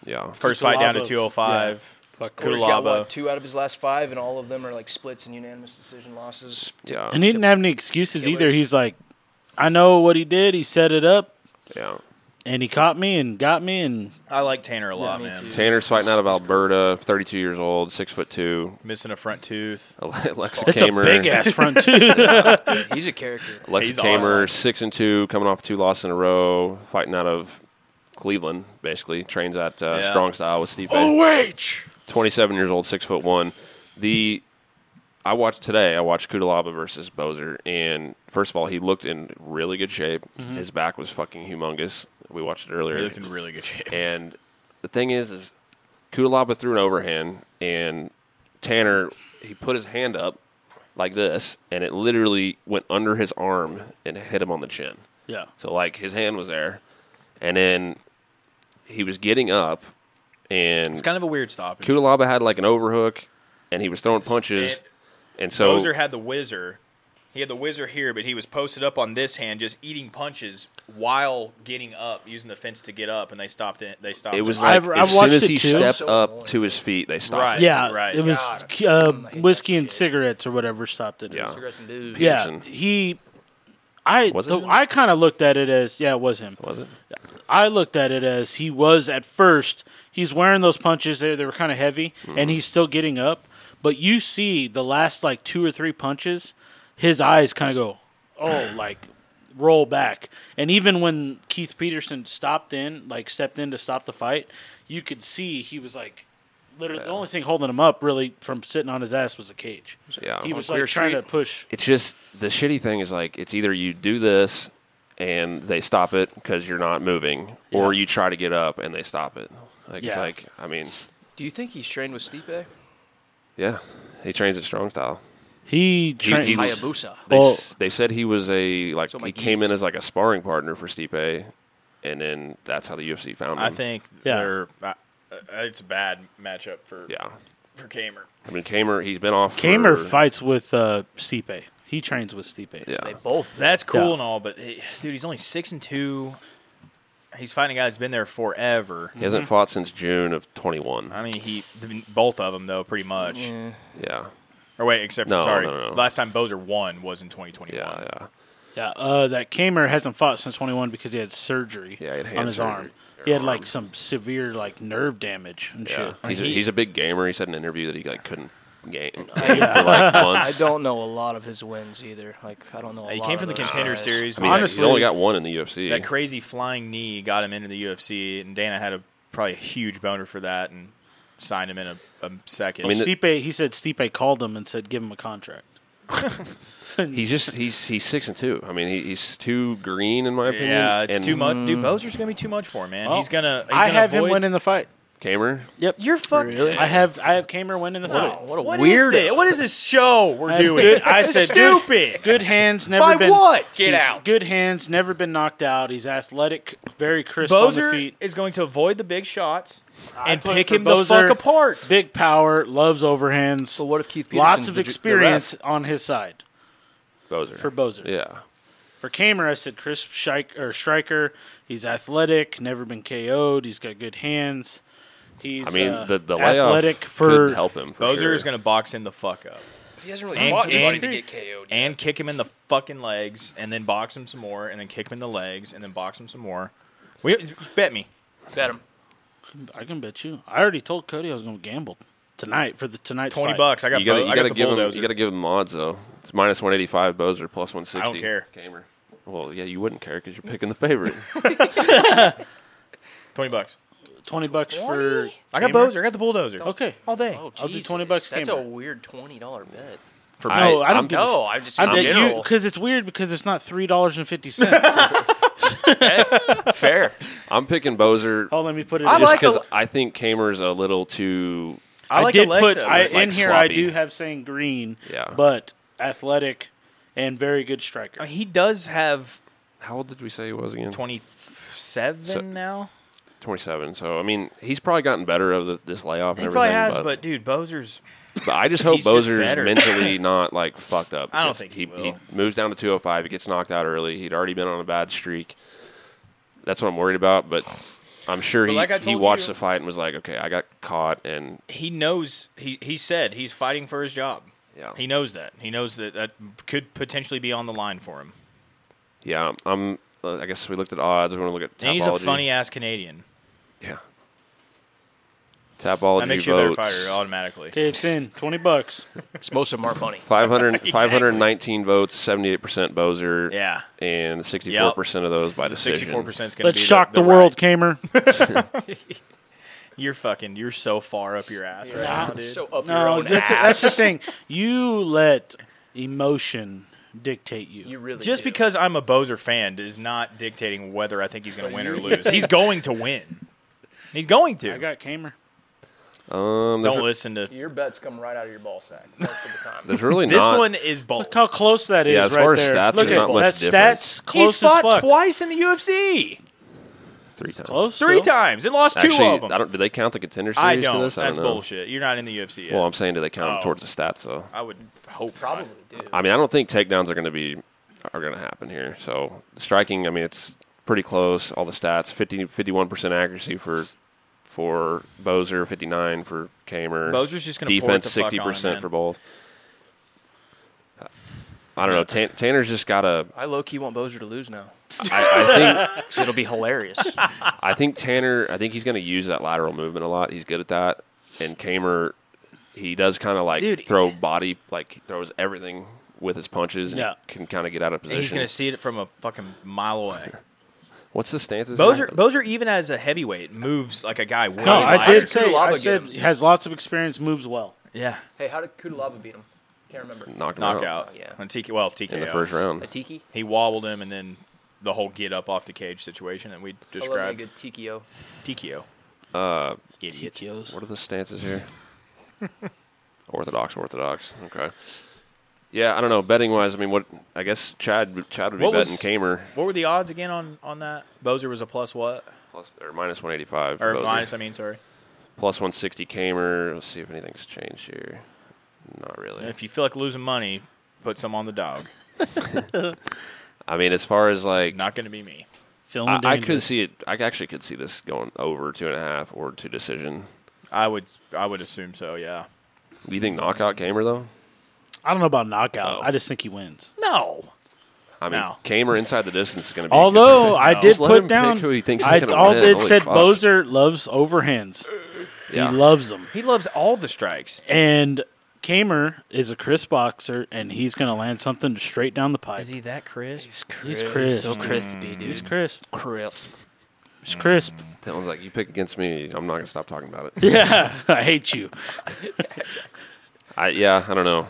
[SPEAKER 1] yeah.
[SPEAKER 4] first fight down to
[SPEAKER 3] Kulabov,
[SPEAKER 4] 205.
[SPEAKER 3] Fuck
[SPEAKER 4] Cool.
[SPEAKER 2] Corey's
[SPEAKER 3] Corey.
[SPEAKER 2] got
[SPEAKER 4] Kulava.
[SPEAKER 2] what, two out of his last five, and all of them are like splits and unanimous decision losses.
[SPEAKER 1] Yeah,
[SPEAKER 3] And he didn't have any excuses
[SPEAKER 2] Killers.
[SPEAKER 3] either. He's like, I know what he did. He set it up,
[SPEAKER 1] yeah.
[SPEAKER 3] and he caught me and got me, and
[SPEAKER 4] I like Tanner a lot,
[SPEAKER 2] me
[SPEAKER 4] man.
[SPEAKER 2] too.
[SPEAKER 1] Tanner's fighting out of Alberta, 32 years old, six foot two.
[SPEAKER 4] Missing a front tooth.
[SPEAKER 1] Alexa
[SPEAKER 3] it's
[SPEAKER 1] Kamer,
[SPEAKER 3] a big ass front too.
[SPEAKER 2] He's a character.
[SPEAKER 1] Alexa
[SPEAKER 4] He's
[SPEAKER 1] Kamer,
[SPEAKER 4] awesome.
[SPEAKER 1] six and two, coming off two losses in a row, fighting out of Cleveland. Basically, trains at uh,
[SPEAKER 4] Yeah.
[SPEAKER 1] Strong Style with Steve. Bay.
[SPEAKER 2] OH!
[SPEAKER 1] 27 years old, six foot one. The I watched today. I watched Kudalaba versus Bozer, and first of all, he looked in really good shape. His back was fucking humongous. We watched it
[SPEAKER 4] He
[SPEAKER 1] earlier,
[SPEAKER 4] looked in really good shape.
[SPEAKER 1] and the thing is, is Kudalaba threw an overhand, and Tanner he put his hand up like this, and it literally went under his arm and hit him on the chin.
[SPEAKER 3] yeah.
[SPEAKER 1] So like his hand was there, and then he was getting up, and
[SPEAKER 4] It's kind of a weird stoppage.
[SPEAKER 1] Kudalaba had like an overhook, and he was throwing punches,
[SPEAKER 4] it-
[SPEAKER 1] and so
[SPEAKER 4] Bozer had the whizzer. He had the whizzer here, but he was posted up on this hand, just eating punches while getting up, using the fence to get up, and they stopped it. They stopped.
[SPEAKER 1] it was
[SPEAKER 4] him.
[SPEAKER 1] like
[SPEAKER 3] I've- I've
[SPEAKER 1] as soon
[SPEAKER 3] watched
[SPEAKER 1] as
[SPEAKER 3] it
[SPEAKER 1] he
[SPEAKER 3] too.
[SPEAKER 1] stepped
[SPEAKER 2] So
[SPEAKER 1] up
[SPEAKER 2] annoying.
[SPEAKER 1] to his feet, they stopped.
[SPEAKER 4] Right.
[SPEAKER 1] it.
[SPEAKER 3] Yeah,
[SPEAKER 4] Right.
[SPEAKER 3] it was
[SPEAKER 2] God,
[SPEAKER 3] uh,
[SPEAKER 2] I hate that
[SPEAKER 3] whiskey and
[SPEAKER 2] shit.
[SPEAKER 3] cigarettes or whatever stopped it.
[SPEAKER 1] Yeah.
[SPEAKER 2] Cigarettes and booze.
[SPEAKER 3] yeah.
[SPEAKER 1] Peterson.
[SPEAKER 3] He, I,
[SPEAKER 1] Was it
[SPEAKER 3] the-
[SPEAKER 1] him?
[SPEAKER 3] I kind of looked at it as yeah, it was him.
[SPEAKER 1] Was it?
[SPEAKER 3] I looked at it as he was at first. He's wearing those punches; they they were kind of heavy, and he's still getting up. But you see the last like two or three punches, his eyes kind of go, oh, like roll back. And even when Keith Peterson stopped in, like stepped in to stop the fight, you could see he was like. Literally, the only thing holding him up really from sitting on his ass was a cage.
[SPEAKER 1] Yeah.
[SPEAKER 3] he was
[SPEAKER 2] On
[SPEAKER 3] like
[SPEAKER 2] Clear
[SPEAKER 3] trying
[SPEAKER 2] Street.
[SPEAKER 3] to push.
[SPEAKER 1] It's just the shitty thing is like it's either you do this and they stop it because you're not moving, or you try to get up and they stop it. Like it's
[SPEAKER 3] Yeah.
[SPEAKER 1] like I mean,
[SPEAKER 2] Do you think he's trained with Stipe?
[SPEAKER 1] yeah, he trains at Strong Style.
[SPEAKER 3] He, tra-
[SPEAKER 1] he was-
[SPEAKER 2] Hayabusa.
[SPEAKER 1] They,
[SPEAKER 3] Well-
[SPEAKER 1] s- they said he was a like
[SPEAKER 2] So
[SPEAKER 1] he
[SPEAKER 2] Mike
[SPEAKER 1] came in
[SPEAKER 2] Eames.
[SPEAKER 1] as like a sparring partner for Stipe, and then that's how the UFC found him.
[SPEAKER 4] I think
[SPEAKER 3] Yeah.
[SPEAKER 4] they're. I, uh, it's a bad matchup for
[SPEAKER 1] yeah.
[SPEAKER 4] for Kamer.
[SPEAKER 1] I mean, Kamer, he's been off.
[SPEAKER 3] Kamer
[SPEAKER 1] for,
[SPEAKER 3] fights with uh, Stipe. He trains with Stipe.
[SPEAKER 1] Yeah.
[SPEAKER 2] They both. did.
[SPEAKER 4] That's cool
[SPEAKER 3] Yeah.
[SPEAKER 4] and all, but he- dude, he's only six and two. He's fighting a guy that's been there forever.
[SPEAKER 1] He hasn't fought since June of 21.
[SPEAKER 4] I mean, he both of them though, pretty much.
[SPEAKER 2] Yeah.
[SPEAKER 1] Yeah.
[SPEAKER 4] Or wait, except for,
[SPEAKER 1] No,
[SPEAKER 4] sorry,
[SPEAKER 1] no, no.
[SPEAKER 4] last time Bozer won was in 2021.
[SPEAKER 1] Yeah. Yeah.
[SPEAKER 3] Yeah, uh, that Kamer hasn't fought since 21 because he had surgery
[SPEAKER 1] Yeah, he had hand
[SPEAKER 3] on his
[SPEAKER 1] surgery.
[SPEAKER 3] arm. He had
[SPEAKER 1] Arm.
[SPEAKER 3] like some severe like nerve damage and
[SPEAKER 1] Yeah.
[SPEAKER 3] shit.
[SPEAKER 1] He's, a,
[SPEAKER 4] He-
[SPEAKER 1] he's a big gamer. He said in an interview that he like couldn't game for like
[SPEAKER 2] I
[SPEAKER 1] months.
[SPEAKER 2] don't know a lot of his wins either. Like I don't know. A
[SPEAKER 4] He
[SPEAKER 2] lot
[SPEAKER 4] came
[SPEAKER 2] of
[SPEAKER 4] from the
[SPEAKER 2] those
[SPEAKER 4] contender
[SPEAKER 2] guys.
[SPEAKER 4] series.
[SPEAKER 1] I mean,
[SPEAKER 3] Honestly-
[SPEAKER 1] he only got one in the UFC.
[SPEAKER 4] that crazy flying knee got him into the UFC, and Dana had a probably a huge boner for that and signed him in a, a second.
[SPEAKER 1] I mean, the-
[SPEAKER 3] Stipe, he said Stipe called him and said give him a contract.
[SPEAKER 1] He's just he's he's six and two. I mean, he, he's too green in my opinion.
[SPEAKER 4] Yeah, it's
[SPEAKER 1] and
[SPEAKER 4] too much. Dude, Bozer's gonna be too much for him, man.
[SPEAKER 3] Mm. Well,
[SPEAKER 4] he's gonna. He's
[SPEAKER 3] I
[SPEAKER 4] gonna
[SPEAKER 3] have him
[SPEAKER 4] avoid-
[SPEAKER 3] winning the fight.
[SPEAKER 1] Kamer,
[SPEAKER 3] Yep.
[SPEAKER 4] You're fucking.
[SPEAKER 2] Really?
[SPEAKER 3] I have I have Kamer winning the fight.
[SPEAKER 2] Wow, what a
[SPEAKER 4] What is
[SPEAKER 2] weird.
[SPEAKER 4] thi- What is this show we're
[SPEAKER 3] I have
[SPEAKER 4] doing?
[SPEAKER 3] good- I said good-
[SPEAKER 4] stupid.
[SPEAKER 3] Good hands, never
[SPEAKER 4] By
[SPEAKER 3] been.
[SPEAKER 4] what?
[SPEAKER 2] Get
[SPEAKER 3] he's
[SPEAKER 2] out.
[SPEAKER 3] Good hands, never been knocked out. He's athletic, very crisp on the
[SPEAKER 4] Bozer
[SPEAKER 3] feet.
[SPEAKER 4] is going to avoid the big shots and
[SPEAKER 3] put
[SPEAKER 4] pick
[SPEAKER 3] for
[SPEAKER 4] him the
[SPEAKER 3] Bozer.
[SPEAKER 4] fuck apart.
[SPEAKER 3] Big power, loves overhands.
[SPEAKER 2] But what if Keith Peterson?
[SPEAKER 3] Lots of experience on his side
[SPEAKER 1] Bozer.
[SPEAKER 3] for Bozer.
[SPEAKER 1] yeah,
[SPEAKER 3] For Kamer, I said Chris Shike, or Striker. He's athletic, never been KO'd. He's got good hands. He's
[SPEAKER 1] I mean
[SPEAKER 3] uh,
[SPEAKER 1] the the layoff
[SPEAKER 3] athletic
[SPEAKER 1] could
[SPEAKER 3] for
[SPEAKER 1] help him. For
[SPEAKER 4] Bozer
[SPEAKER 1] sure.
[SPEAKER 4] is going to box him the fuck up
[SPEAKER 2] He hasn't really
[SPEAKER 4] And-
[SPEAKER 2] fought anybody
[SPEAKER 4] and-
[SPEAKER 2] to get KO'd. yet.
[SPEAKER 4] and kick him in the fucking legs and then box him some more and then kick him in the legs and then box him some more. We, bet me.
[SPEAKER 2] Bet him.
[SPEAKER 3] I can bet you. I already told Cody I was going to gamble tonight for the tonight's
[SPEAKER 4] 20
[SPEAKER 3] fight.
[SPEAKER 4] bucks. I got,
[SPEAKER 1] You gotta,
[SPEAKER 4] Bo-
[SPEAKER 1] you
[SPEAKER 4] I
[SPEAKER 1] gotta
[SPEAKER 4] got the
[SPEAKER 1] give him
[SPEAKER 4] bulldozer.
[SPEAKER 1] you gotta give him odds though. It's minus one eighty five Bozer plus one sixty.
[SPEAKER 4] I don't care.
[SPEAKER 1] Kamer. Well, yeah, you wouldn't care because you're picking the favorite.
[SPEAKER 4] 20 bucks.
[SPEAKER 3] Twenty bucks for.
[SPEAKER 4] I got
[SPEAKER 3] Kamer?
[SPEAKER 4] Bozer. I got the bulldozer.
[SPEAKER 3] Okay.
[SPEAKER 4] All day.
[SPEAKER 2] Oh,
[SPEAKER 3] I'll do
[SPEAKER 2] Jesus.
[SPEAKER 3] 20 bucks
[SPEAKER 2] That's a
[SPEAKER 3] Cameron.
[SPEAKER 2] weird twenty dollar bet.
[SPEAKER 1] For
[SPEAKER 3] No, I don't give a
[SPEAKER 2] No, Oh, I'm just
[SPEAKER 3] I
[SPEAKER 2] in
[SPEAKER 3] bet you
[SPEAKER 2] general.
[SPEAKER 3] because it's weird because it's not three dollars and fifty cents.
[SPEAKER 1] fair. I'm picking Bozer
[SPEAKER 3] oh, let me put it.
[SPEAKER 4] I
[SPEAKER 3] in.
[SPEAKER 1] just
[SPEAKER 4] like a-
[SPEAKER 1] because I think Kamer's a little too.
[SPEAKER 4] I, like
[SPEAKER 3] did
[SPEAKER 4] Alexa.
[SPEAKER 3] put I,
[SPEAKER 4] but,
[SPEAKER 1] like,
[SPEAKER 3] in here. I
[SPEAKER 1] sloppy.
[SPEAKER 3] do have saying green.
[SPEAKER 1] Yeah.
[SPEAKER 3] But athletic and very good striker.
[SPEAKER 4] like, Oh, he does have
[SPEAKER 1] How old did we say he was again?
[SPEAKER 4] 27
[SPEAKER 1] Mm. So-
[SPEAKER 4] now.
[SPEAKER 1] Twenty-seven. So I mean, he's probably gotten better of the, this layoff. And
[SPEAKER 4] He
[SPEAKER 1] everything,
[SPEAKER 4] probably has,
[SPEAKER 1] but,
[SPEAKER 4] but dude, Bozer's.
[SPEAKER 1] but I just hope
[SPEAKER 4] he's just
[SPEAKER 1] Bozer's
[SPEAKER 4] better.
[SPEAKER 1] mentally not like fucked up.
[SPEAKER 4] I
[SPEAKER 1] because
[SPEAKER 4] don't think
[SPEAKER 1] he,
[SPEAKER 4] he
[SPEAKER 1] he
[SPEAKER 4] will.
[SPEAKER 1] moves down to two hundred five. He gets knocked out early. He'd already been on a bad streak. That's what I'm worried about. But I'm sure
[SPEAKER 4] But
[SPEAKER 1] he
[SPEAKER 4] like I
[SPEAKER 1] he
[SPEAKER 4] told
[SPEAKER 1] watched the
[SPEAKER 4] you-
[SPEAKER 1] fight and was like, okay, I got caught, and
[SPEAKER 4] he knows he he said he's fighting for his job.
[SPEAKER 1] Yeah.
[SPEAKER 4] He knows that. He knows that that could potentially be on the line for him.
[SPEAKER 1] yeah, I'm. uh, I guess we looked at odds. We want to look at.
[SPEAKER 4] And he's a
[SPEAKER 1] Tapology.
[SPEAKER 4] funny ass Canadian.
[SPEAKER 1] Yeah. Tapology
[SPEAKER 4] That makes you a better
[SPEAKER 1] votes.
[SPEAKER 4] fighter automatically.
[SPEAKER 3] Okay, it's in twenty bucks.
[SPEAKER 2] It's most of them are funny.
[SPEAKER 1] 500, 519 votes, 78% Bozer.
[SPEAKER 4] Yeah.
[SPEAKER 1] And 64% of those by decision.
[SPEAKER 4] Sixty-four percent is going to
[SPEAKER 3] Let's
[SPEAKER 4] be.
[SPEAKER 3] shock the,
[SPEAKER 4] the
[SPEAKER 3] world, Kamer.
[SPEAKER 4] right. You're fucking. You're so far up your ass right now, dude.
[SPEAKER 2] So up your
[SPEAKER 3] No,
[SPEAKER 2] own
[SPEAKER 3] that's,
[SPEAKER 2] ass.
[SPEAKER 3] that's the thing. You let emotion dictate you.
[SPEAKER 2] you really
[SPEAKER 4] Just
[SPEAKER 2] do.
[SPEAKER 4] because I'm a Bozer fan is not dictating whether I think he's going to win or lose. He's going to win. He's going to.
[SPEAKER 3] I got Kamer.
[SPEAKER 1] Um, there's,
[SPEAKER 4] Don't listen to.
[SPEAKER 2] your bets come right out of your ball sack most of the time.
[SPEAKER 1] there's really
[SPEAKER 4] This
[SPEAKER 1] not.
[SPEAKER 4] one is bold.
[SPEAKER 3] Look how close that is.
[SPEAKER 1] Yeah, as
[SPEAKER 3] right
[SPEAKER 1] far as
[SPEAKER 3] there.
[SPEAKER 1] stats,
[SPEAKER 3] Look
[SPEAKER 1] there's
[SPEAKER 3] at
[SPEAKER 1] not much
[SPEAKER 3] that
[SPEAKER 1] difference.
[SPEAKER 3] stats.
[SPEAKER 4] He's
[SPEAKER 3] Close as
[SPEAKER 4] fought
[SPEAKER 3] fuck.
[SPEAKER 4] twice in the UFC.
[SPEAKER 1] three times.
[SPEAKER 3] Close
[SPEAKER 4] Three
[SPEAKER 3] still.
[SPEAKER 4] times. It lost
[SPEAKER 1] Actually,
[SPEAKER 4] two of them.
[SPEAKER 1] I don't, do they count the contender series
[SPEAKER 4] I
[SPEAKER 1] to
[SPEAKER 4] don't.
[SPEAKER 1] this? I
[SPEAKER 4] That's
[SPEAKER 1] don't know.
[SPEAKER 4] bullshit. You're not in the UFC yet.
[SPEAKER 1] Well, I'm saying do they count them
[SPEAKER 4] Oh.
[SPEAKER 1] towards the stats, though?
[SPEAKER 4] I would hope
[SPEAKER 2] Probably
[SPEAKER 4] not.
[SPEAKER 2] do.
[SPEAKER 1] I mean, I don't think takedowns are going to be are going to happen here. So striking, I mean, it's pretty close. All the stats 50, 51% accuracy for for Bozer, 59 for Kamer.
[SPEAKER 4] Bozer's just gonna pour it
[SPEAKER 1] defense
[SPEAKER 4] the fuck on him,
[SPEAKER 1] 60%
[SPEAKER 4] man.
[SPEAKER 1] for both. I don't know. Tan- Tanner's just got to.
[SPEAKER 2] I low key want Bozer to lose now.
[SPEAKER 1] I, I think
[SPEAKER 2] 'Cause it'll be hilarious.
[SPEAKER 1] I think Tanner. I think he's going to use that lateral movement a lot. He's good at that. And Kamer, he does kind of like
[SPEAKER 4] Dude,
[SPEAKER 1] throw body, like he throws everything with his punches, and
[SPEAKER 3] Yeah.
[SPEAKER 1] can kind of get out of position.
[SPEAKER 4] He's going to see it from a fucking mile away.
[SPEAKER 1] What's the stances?
[SPEAKER 4] Bozer,
[SPEAKER 1] now?
[SPEAKER 4] Bozer, even as a heavyweight, moves like a guy. Way
[SPEAKER 3] No, I
[SPEAKER 4] lighter.
[SPEAKER 3] did say. I
[SPEAKER 2] Kulaba
[SPEAKER 3] said
[SPEAKER 2] again.
[SPEAKER 3] has lots of experience, moves well.
[SPEAKER 4] Yeah,
[SPEAKER 2] hey, how did Kudalaba beat him? Can't remember.
[SPEAKER 1] knocked him out
[SPEAKER 4] knockout.
[SPEAKER 2] Yeah.
[SPEAKER 4] On TK, well, TK
[SPEAKER 1] in the first round.
[SPEAKER 2] A tiki.
[SPEAKER 4] He wobbled him, and then the whole get up off the cage situation that we
[SPEAKER 2] I love me a
[SPEAKER 4] described.
[SPEAKER 2] good tikio.
[SPEAKER 4] TKO,
[SPEAKER 1] Uh,
[SPEAKER 4] idiot.
[SPEAKER 2] Tikios.
[SPEAKER 1] What are the stances here? orthodox, orthodox. Okay. Yeah, I don't know. Betting wise, I mean, what? I guess Chad, would- Chad would be
[SPEAKER 4] What
[SPEAKER 1] betting
[SPEAKER 4] was-
[SPEAKER 1] Kamer
[SPEAKER 4] What were the odds again on on that? Bozer was a plus what
[SPEAKER 1] plus or minus one eighty five
[SPEAKER 4] or minus? I mean, sorry.
[SPEAKER 1] plus one sixty Kamer. Let's see if anything's changed here. Not really.
[SPEAKER 4] And if you feel like losing money, put some on the dog.
[SPEAKER 1] I mean, as far as like,
[SPEAKER 4] Not going to be me.
[SPEAKER 3] Feeling
[SPEAKER 1] I, I could
[SPEAKER 3] dangerous.
[SPEAKER 1] see it. I actually could see this going over two and a half or two decision.
[SPEAKER 4] I would I would assume so. Yeah.
[SPEAKER 1] Do you think knockout Kamer though?
[SPEAKER 3] I don't know about knockout.
[SPEAKER 1] Oh.
[SPEAKER 3] I just think he wins.
[SPEAKER 4] No.
[SPEAKER 1] I mean,
[SPEAKER 4] No.
[SPEAKER 1] Kamer inside the distance is going to be. a good
[SPEAKER 3] Although I did
[SPEAKER 1] Just let him
[SPEAKER 3] put
[SPEAKER 1] pick
[SPEAKER 3] down
[SPEAKER 1] who he thinks is
[SPEAKER 3] I
[SPEAKER 1] gonna
[SPEAKER 3] all
[SPEAKER 1] win.
[SPEAKER 3] it
[SPEAKER 1] Holy
[SPEAKER 3] said
[SPEAKER 1] fuck.
[SPEAKER 3] Bozer loves overhands.
[SPEAKER 1] Yeah.
[SPEAKER 3] He loves them.
[SPEAKER 4] He loves all the strikes.
[SPEAKER 3] And Kamer is a crisp boxer, and he's going to land something straight down the pipe.
[SPEAKER 4] Is he that crisp?
[SPEAKER 3] He's crisp.
[SPEAKER 2] So crispy, dude.
[SPEAKER 3] He's crisp.
[SPEAKER 2] crisp.
[SPEAKER 3] He's crisp.
[SPEAKER 1] Dylan's like, you pick against me, I'm not gonna stop talking about it.
[SPEAKER 3] Yeah, I hate you.
[SPEAKER 1] I yeah, I don't know.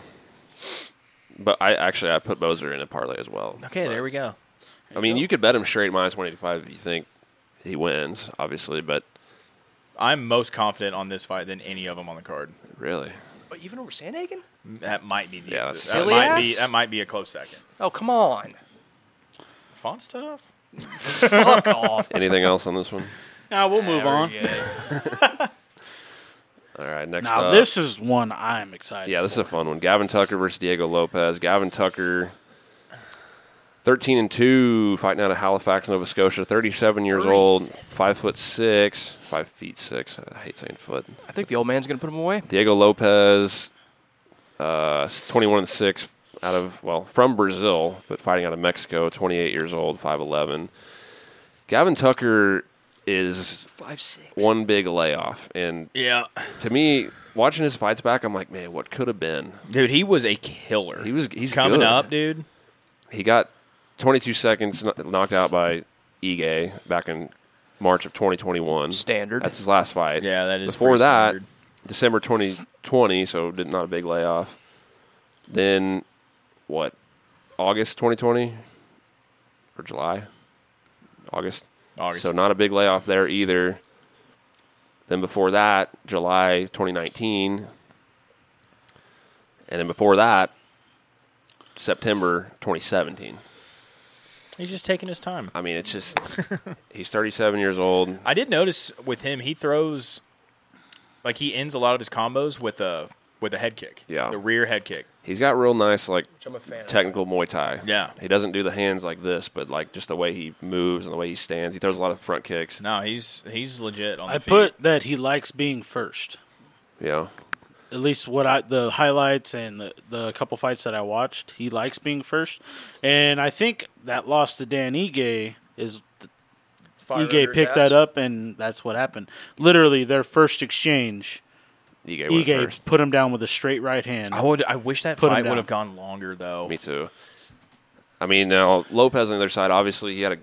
[SPEAKER 1] But I actually I put Bozer in a parlay as well.
[SPEAKER 4] Okay, there we go.
[SPEAKER 1] I mean, you could bet him straight minus one eighty five if you think he wins, obviously. But
[SPEAKER 4] I'm most confident on this fight than any of them on the card.
[SPEAKER 1] really,
[SPEAKER 2] But even over Sandhagen?
[SPEAKER 4] That might be the
[SPEAKER 1] Yeah, that's-
[SPEAKER 4] that
[SPEAKER 2] Silly
[SPEAKER 4] might
[SPEAKER 2] ass.
[SPEAKER 4] be that might be a close second.
[SPEAKER 2] Oh, come on.
[SPEAKER 4] Font's tough.
[SPEAKER 2] Fuck off.
[SPEAKER 1] anything else on this one?
[SPEAKER 3] Now we'll move on.
[SPEAKER 1] All right, next
[SPEAKER 3] Now
[SPEAKER 1] up.
[SPEAKER 3] this is one I'm excited.
[SPEAKER 1] Yeah, this is a fun one. Gavin Tucker versus Diego Lopez. Gavin Tucker, thirteen and two, fighting out of Halifax, Nova Scotia. Thirty-seven years old, five foot six, five feet six. I hate saying foot.
[SPEAKER 2] I think the old man's going to put him away.
[SPEAKER 1] Diego Lopez, uh, twenty-one and six, out of well from Brazil, but fighting out of Mexico. Twenty-eight years old, five eleven. Gavin Tucker is
[SPEAKER 2] Five six.
[SPEAKER 1] one big layoff, and
[SPEAKER 4] Yeah,
[SPEAKER 1] to me, watching his fights back, I'm like, man, what could have been?
[SPEAKER 4] dude, he was a killer.
[SPEAKER 1] He was he's
[SPEAKER 4] coming
[SPEAKER 1] good.
[SPEAKER 4] up, dude.
[SPEAKER 1] he got 22 seconds kn- knocked out by Ige back in March of 2021.
[SPEAKER 2] Standard.
[SPEAKER 1] That's his last fight.
[SPEAKER 4] Yeah, that is
[SPEAKER 1] Before
[SPEAKER 4] pretty
[SPEAKER 1] that,
[SPEAKER 4] standard.
[SPEAKER 1] December 2020, so did not a big layoff. Then what? August 2020 or July? August.
[SPEAKER 4] August.
[SPEAKER 1] So not a big layoff there either. Then before that, July 2019. And then before that, September 2017.
[SPEAKER 4] He's just taking his time.
[SPEAKER 1] I mean, it's just he's 37 years old.
[SPEAKER 4] I did notice with him, he throws like he ends a lot of his combos with a with a head kick.
[SPEAKER 1] Yeah.
[SPEAKER 4] the rear head kick.
[SPEAKER 1] He's got real nice like
[SPEAKER 2] I'm a fan.
[SPEAKER 1] technical Muay Thai.
[SPEAKER 4] Yeah.
[SPEAKER 1] He doesn't do the hands like this, but like just the way he moves and the way he stands. He throws a lot of front kicks.
[SPEAKER 4] No, he's he's legit on.
[SPEAKER 3] I
[SPEAKER 4] the feet.
[SPEAKER 3] put that he likes being first.
[SPEAKER 1] Yeah.
[SPEAKER 3] At least what I the highlights and the, the couple fights that I watched, he likes being first. And I think that loss to Dan Ige is Ige picked that up, and that's what happened. Literally, their first exchange,
[SPEAKER 1] Ige went
[SPEAKER 3] Ige
[SPEAKER 1] first.
[SPEAKER 3] put him down with a straight right hand.
[SPEAKER 4] I would. I wish that
[SPEAKER 3] Put him
[SPEAKER 4] fight
[SPEAKER 3] down.
[SPEAKER 4] would have gone longer though.
[SPEAKER 1] Me too. I mean, now Lopez on the other side. Obviously, he had a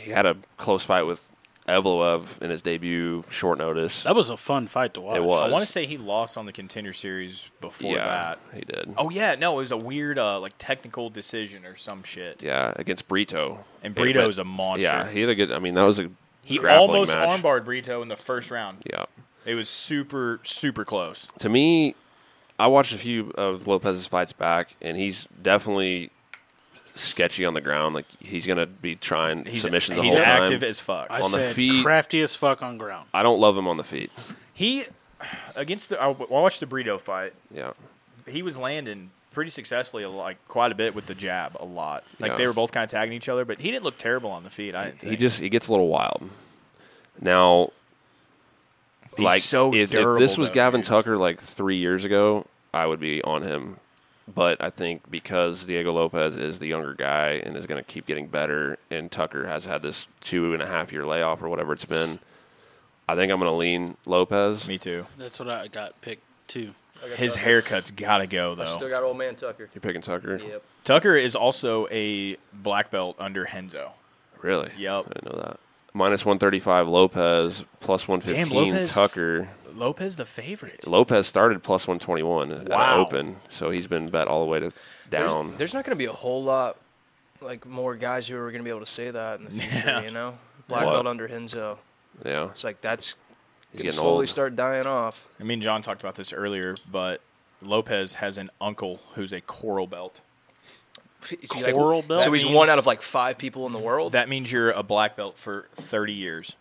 [SPEAKER 1] he had a close fight with Evloev in his debut, short notice.
[SPEAKER 3] that was a fun fight to watch.
[SPEAKER 1] It was.
[SPEAKER 4] I want to say he lost on the contender series before
[SPEAKER 1] yeah,
[SPEAKER 4] that.
[SPEAKER 1] he did.
[SPEAKER 4] Oh yeah, no, it was a weird uh, like technical decision or some shit.
[SPEAKER 1] Yeah, against Brito.
[SPEAKER 4] And
[SPEAKER 1] It went-
[SPEAKER 4] Brito's a monster.
[SPEAKER 1] Yeah, he had a good. I mean, that was a
[SPEAKER 4] He
[SPEAKER 1] grappling
[SPEAKER 4] almost
[SPEAKER 1] match.
[SPEAKER 4] armbarred Brito in the first round.
[SPEAKER 1] Yeah.
[SPEAKER 4] It was super super close.
[SPEAKER 1] to me, I watched a few of Lopez's fights back, and he's definitely sketchy on the ground. Like he's gonna be trying
[SPEAKER 4] He's
[SPEAKER 1] submissions the
[SPEAKER 4] he's
[SPEAKER 1] whole time.
[SPEAKER 4] active as fuck.
[SPEAKER 3] I
[SPEAKER 1] on the
[SPEAKER 3] said
[SPEAKER 1] feet.
[SPEAKER 3] crafty as fuck on ground.
[SPEAKER 1] I don't love him on the feet.
[SPEAKER 4] he against the I watched the Brito fight.
[SPEAKER 1] Yeah,
[SPEAKER 4] he was landing pretty successfully, like quite a bit with the jab, a lot. Like
[SPEAKER 1] Yeah.
[SPEAKER 4] they were both kind of tagging each other, but he didn't look terrible on the feet. I didn't
[SPEAKER 1] he
[SPEAKER 4] think.
[SPEAKER 1] just he gets a little wild. Now,
[SPEAKER 4] He's
[SPEAKER 1] like
[SPEAKER 4] so
[SPEAKER 1] if, if
[SPEAKER 4] durable,
[SPEAKER 1] this was
[SPEAKER 4] though,
[SPEAKER 1] Gavin
[SPEAKER 4] dude.
[SPEAKER 1] Tucker like three years ago, I would be on him. But I think because Diego Lopez is the younger guy and is going to keep getting better, and Tucker has had this two and a half year layoff or whatever it's been, I think I'm going to lean Lopez.
[SPEAKER 4] me too.
[SPEAKER 3] That's what I got picked too.
[SPEAKER 4] His haircut's gotta go
[SPEAKER 2] Still
[SPEAKER 4] though.
[SPEAKER 2] got old man Tucker.
[SPEAKER 1] You're picking Tucker?
[SPEAKER 2] Yep.
[SPEAKER 4] Tucker is also a black belt under Henzo.
[SPEAKER 1] Really?
[SPEAKER 4] Yep.
[SPEAKER 1] I didn't know that. Minus 135 Lopez, plus 115
[SPEAKER 4] Lopez.
[SPEAKER 1] Tucker.
[SPEAKER 4] Lopez the favorite.
[SPEAKER 1] Lopez started plus 121 at
[SPEAKER 4] Wow.
[SPEAKER 1] open, so he's been bet all the way to down.
[SPEAKER 2] There's, there's not going to be a whole lot like more guys who are going to be able to say that in the future. You know, black
[SPEAKER 1] What?
[SPEAKER 2] belt under Henzo.
[SPEAKER 1] yeah.
[SPEAKER 2] It's like that's
[SPEAKER 1] He's
[SPEAKER 2] going to
[SPEAKER 1] getting
[SPEAKER 2] slowly
[SPEAKER 1] old.
[SPEAKER 2] start dying off.
[SPEAKER 4] I mean, John talked about this earlier, but Lopez has an uncle who's a coral belt.
[SPEAKER 2] Is he like-
[SPEAKER 3] Coral belt?
[SPEAKER 2] So he's
[SPEAKER 4] That
[SPEAKER 2] one
[SPEAKER 4] means-
[SPEAKER 2] out of like five people in the world.
[SPEAKER 4] That means you're a black belt for 30 years.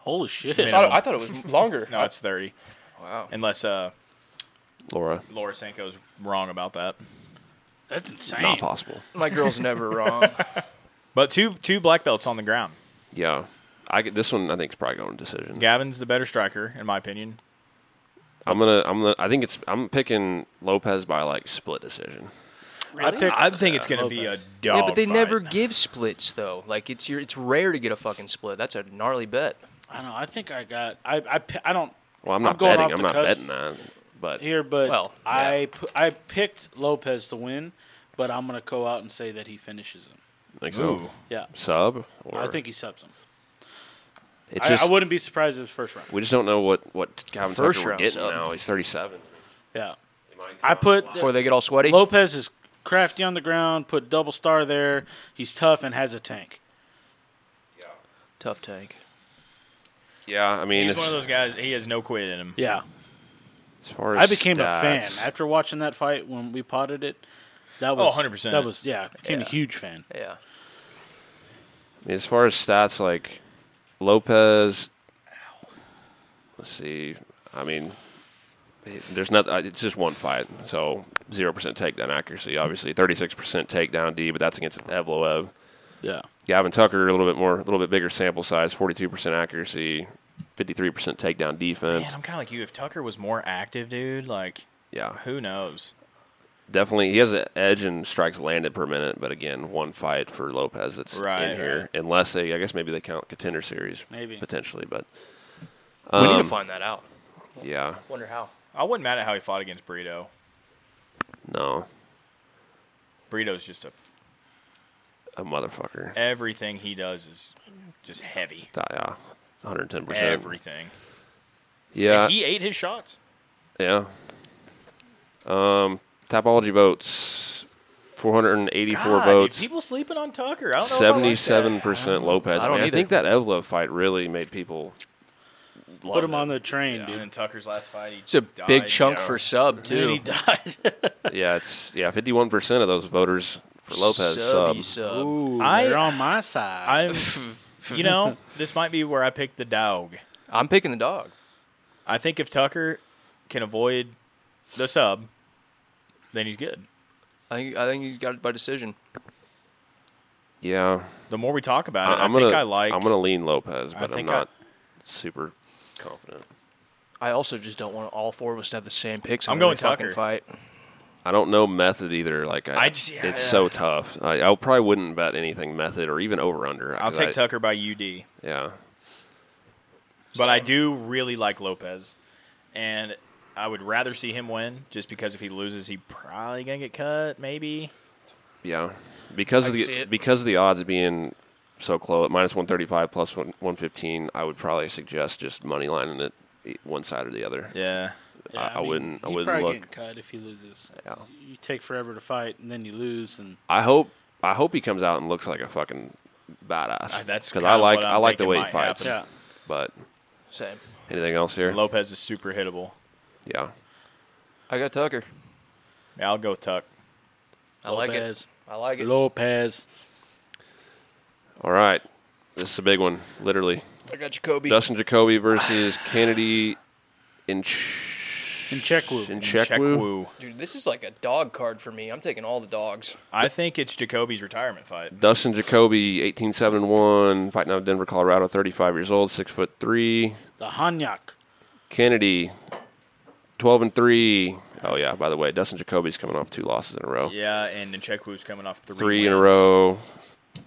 [SPEAKER 3] Holy shit!
[SPEAKER 2] I, thought, I thought it was longer.
[SPEAKER 4] No, it's 30,
[SPEAKER 2] wow.
[SPEAKER 4] unless uh,
[SPEAKER 1] Laura,
[SPEAKER 4] Laura Sanko's wrong about that.
[SPEAKER 3] That's insane.
[SPEAKER 1] not possible.
[SPEAKER 2] My girl's never wrong.
[SPEAKER 4] But two two black belts on the ground.
[SPEAKER 1] Yeah, I could, this one I think is probably going to decision.
[SPEAKER 4] Gavin's the better striker, in my opinion.
[SPEAKER 1] I'm gonna, I'm gonna, I think it's, I'm picking Lopez by like split decision.
[SPEAKER 3] I picked.
[SPEAKER 4] I think it's going to be a
[SPEAKER 3] Lopez.
[SPEAKER 4] dog.
[SPEAKER 2] yeah, but they
[SPEAKER 4] fight.
[SPEAKER 2] never give splits though. Like it's your, it's rare to get a fucking split. That's a gnarly bet.
[SPEAKER 3] I don't know. I think I got. I I, pi- I don't
[SPEAKER 1] Well, I'm
[SPEAKER 3] I'm
[SPEAKER 1] not
[SPEAKER 3] going
[SPEAKER 1] betting,
[SPEAKER 3] off
[SPEAKER 1] I'm
[SPEAKER 3] the
[SPEAKER 1] not
[SPEAKER 3] cusp-
[SPEAKER 1] betting that, but
[SPEAKER 3] here, but
[SPEAKER 2] Well, yeah.
[SPEAKER 3] I pu- I picked Lopez to win, but I'm gonna go out and say that he finishes him.
[SPEAKER 1] I think so.
[SPEAKER 4] Ooh.
[SPEAKER 3] Yeah,
[SPEAKER 1] Sub, or
[SPEAKER 3] I think he subs him.
[SPEAKER 1] it's
[SPEAKER 3] I,
[SPEAKER 1] just
[SPEAKER 3] I wouldn't be surprised if it's first round.
[SPEAKER 1] we just don't know what what Calvin
[SPEAKER 2] First
[SPEAKER 1] Tucker we're
[SPEAKER 2] round
[SPEAKER 1] getting
[SPEAKER 2] sub.
[SPEAKER 1] now. He's 37.
[SPEAKER 3] Yeah,
[SPEAKER 1] He might come
[SPEAKER 3] I
[SPEAKER 1] out
[SPEAKER 3] put
[SPEAKER 1] flat.
[SPEAKER 2] Before they get all sweaty.
[SPEAKER 3] Lopez is Crafty on the ground, put double star there. He's tough and has a tank.
[SPEAKER 2] Tough tank.
[SPEAKER 1] Yeah, I mean,
[SPEAKER 4] He's
[SPEAKER 1] as,
[SPEAKER 4] one of those guys. He has no quit in him.
[SPEAKER 3] Yeah.
[SPEAKER 1] as far
[SPEAKER 3] I
[SPEAKER 1] as
[SPEAKER 3] became a fan
[SPEAKER 1] stats- Oh,
[SPEAKER 3] after watching that fight when we potted it. That was
[SPEAKER 4] 100%.
[SPEAKER 3] That was yeah, I became
[SPEAKER 2] Yeah.
[SPEAKER 3] a huge fan.
[SPEAKER 2] Yeah.
[SPEAKER 1] I mean, as far as stats, like Lopez, let's see. I mean, there's not. uh, It's just one fight, so zero percent takedown accuracy. Obviously, thirty-six percent takedown D, but that's against Evloev.
[SPEAKER 3] Yeah.
[SPEAKER 1] Gavin Tucker, a little bit more, a little bit bigger sample size, forty-two percent accuracy, fifty-three percent takedown
[SPEAKER 4] Man,
[SPEAKER 1] defense.
[SPEAKER 4] I'm kind of like you. If Tucker was more active, dude, like
[SPEAKER 1] yeah,
[SPEAKER 4] who knows?
[SPEAKER 1] definitely. He has an edge in strikes landed per minute, but again, one fight for Lopez that's
[SPEAKER 4] Right,
[SPEAKER 1] in here. Unless they, I guess maybe they count contender series,
[SPEAKER 3] Maybe.
[SPEAKER 1] potentially, but
[SPEAKER 2] We need
[SPEAKER 1] Um,
[SPEAKER 2] to find that out.
[SPEAKER 1] yeah.
[SPEAKER 2] Wonder how.
[SPEAKER 4] I wasn't mad at how he fought against Burrito.
[SPEAKER 1] No,
[SPEAKER 4] Burrito's just a
[SPEAKER 1] a motherfucker.
[SPEAKER 4] everything he does is just heavy.
[SPEAKER 1] Th- Yeah, 110 percent.
[SPEAKER 4] Everything.
[SPEAKER 1] Yeah,
[SPEAKER 4] he ate his shots.
[SPEAKER 1] yeah. Um, topology votes, 484
[SPEAKER 4] God, dude,
[SPEAKER 1] votes.
[SPEAKER 4] people sleeping on Tucker. I don't know. if I like that.
[SPEAKER 1] Seventy-seven percent Lopez.
[SPEAKER 2] I
[SPEAKER 1] I,
[SPEAKER 2] don't
[SPEAKER 1] mean, I
[SPEAKER 2] either.
[SPEAKER 1] think that Evlo fight really made people love
[SPEAKER 3] Put him
[SPEAKER 1] it.
[SPEAKER 3] on the train,
[SPEAKER 4] Yeah,
[SPEAKER 3] dude.
[SPEAKER 4] and then Tucker's last fight, he
[SPEAKER 2] It's a big
[SPEAKER 4] died,
[SPEAKER 2] chunk
[SPEAKER 4] you know.
[SPEAKER 2] for sub
[SPEAKER 3] Dude, he
[SPEAKER 2] too.
[SPEAKER 3] died.
[SPEAKER 1] Yeah, it's yeah, fifty-one percent of those voters for Lopez sub.
[SPEAKER 2] Subby sub.
[SPEAKER 3] Ooh,
[SPEAKER 4] I-
[SPEAKER 3] you're on my side.
[SPEAKER 4] I'm, you know, this might be where I picked the dog.
[SPEAKER 2] I'm picking the dog.
[SPEAKER 4] I think if Tucker can avoid the sub, then he's good.
[SPEAKER 2] I think I think he got it by decision.
[SPEAKER 1] Yeah,
[SPEAKER 4] The more we talk about it,
[SPEAKER 1] I,
[SPEAKER 4] I,
[SPEAKER 1] am gonna.
[SPEAKER 4] think I like.
[SPEAKER 1] am gonna lean Lopez,
[SPEAKER 4] I
[SPEAKER 1] but I'm
[SPEAKER 4] think I-
[SPEAKER 1] not super confident.
[SPEAKER 2] I also just don't want all four of us to have the same picks. in
[SPEAKER 4] I'm
[SPEAKER 2] every
[SPEAKER 4] going
[SPEAKER 2] fucking
[SPEAKER 4] Tucker.
[SPEAKER 2] Fight.
[SPEAKER 1] I don't know method either. Like I,
[SPEAKER 4] I just- yeah,
[SPEAKER 1] it's
[SPEAKER 4] yeah.
[SPEAKER 1] so tough. I, I probably wouldn't bet anything method or even over under.
[SPEAKER 4] I'll take
[SPEAKER 1] I,
[SPEAKER 4] Tucker by UD,
[SPEAKER 1] Yeah,
[SPEAKER 4] but I do really like Lopez, and I would rather see him win just because if he loses, he probably gonna get cut. Maybe
[SPEAKER 1] yeah. Because
[SPEAKER 2] I
[SPEAKER 1] of
[SPEAKER 2] can see
[SPEAKER 1] the
[SPEAKER 2] it.
[SPEAKER 1] because of the odds being so close at minus one thirty five plus one one fifteen, I would probably suggest just money lining it e- one side or the other.
[SPEAKER 4] yeah.
[SPEAKER 1] I- I wouldn't- I
[SPEAKER 3] he'd
[SPEAKER 1] wouldn't
[SPEAKER 3] probably
[SPEAKER 1] look.
[SPEAKER 3] get cut if he loses.
[SPEAKER 1] Yeah.
[SPEAKER 3] You take forever to fight, and then you lose, and
[SPEAKER 1] I hope I hope he comes out and looks like a fucking badass.
[SPEAKER 4] Uh, that's
[SPEAKER 1] because
[SPEAKER 4] kinda
[SPEAKER 1] I like
[SPEAKER 4] what
[SPEAKER 1] I
[SPEAKER 4] I'm
[SPEAKER 1] like the
[SPEAKER 4] thinking
[SPEAKER 1] way he
[SPEAKER 4] might
[SPEAKER 1] fights.
[SPEAKER 4] happen.
[SPEAKER 3] yeah.
[SPEAKER 1] But
[SPEAKER 2] Same.
[SPEAKER 1] anything else here?
[SPEAKER 4] Lopez is super hittable.
[SPEAKER 1] Yeah.
[SPEAKER 2] I got Tucker.
[SPEAKER 4] Yeah, I'll go with Tuck.
[SPEAKER 2] I like it.
[SPEAKER 3] Lopez.
[SPEAKER 2] I like it.
[SPEAKER 3] Lopez.
[SPEAKER 1] All right. This is a big one, literally.
[SPEAKER 2] I got Jacoby.
[SPEAKER 1] Dustin Jacoby versus Kennedy in
[SPEAKER 3] In Checkwood.
[SPEAKER 4] Check
[SPEAKER 1] Checkwu.
[SPEAKER 4] Wu.
[SPEAKER 2] Dude, this is like a dog card for me. I'm taking all the dogs.
[SPEAKER 4] I think it's Jacoby's retirement fight.
[SPEAKER 1] Dustin Jacoby, 18 7 1, fighting out of Denver, Colorado, 35 years old, 6 foot 3.
[SPEAKER 3] The Hanyak.
[SPEAKER 1] Kennedy, 12 and 3. Oh, yeah, by the way, Dustin Jacoby's coming off two losses in a row.
[SPEAKER 4] Yeah, and Nchekwu's coming off three
[SPEAKER 1] Three in a
[SPEAKER 4] wins.
[SPEAKER 1] row.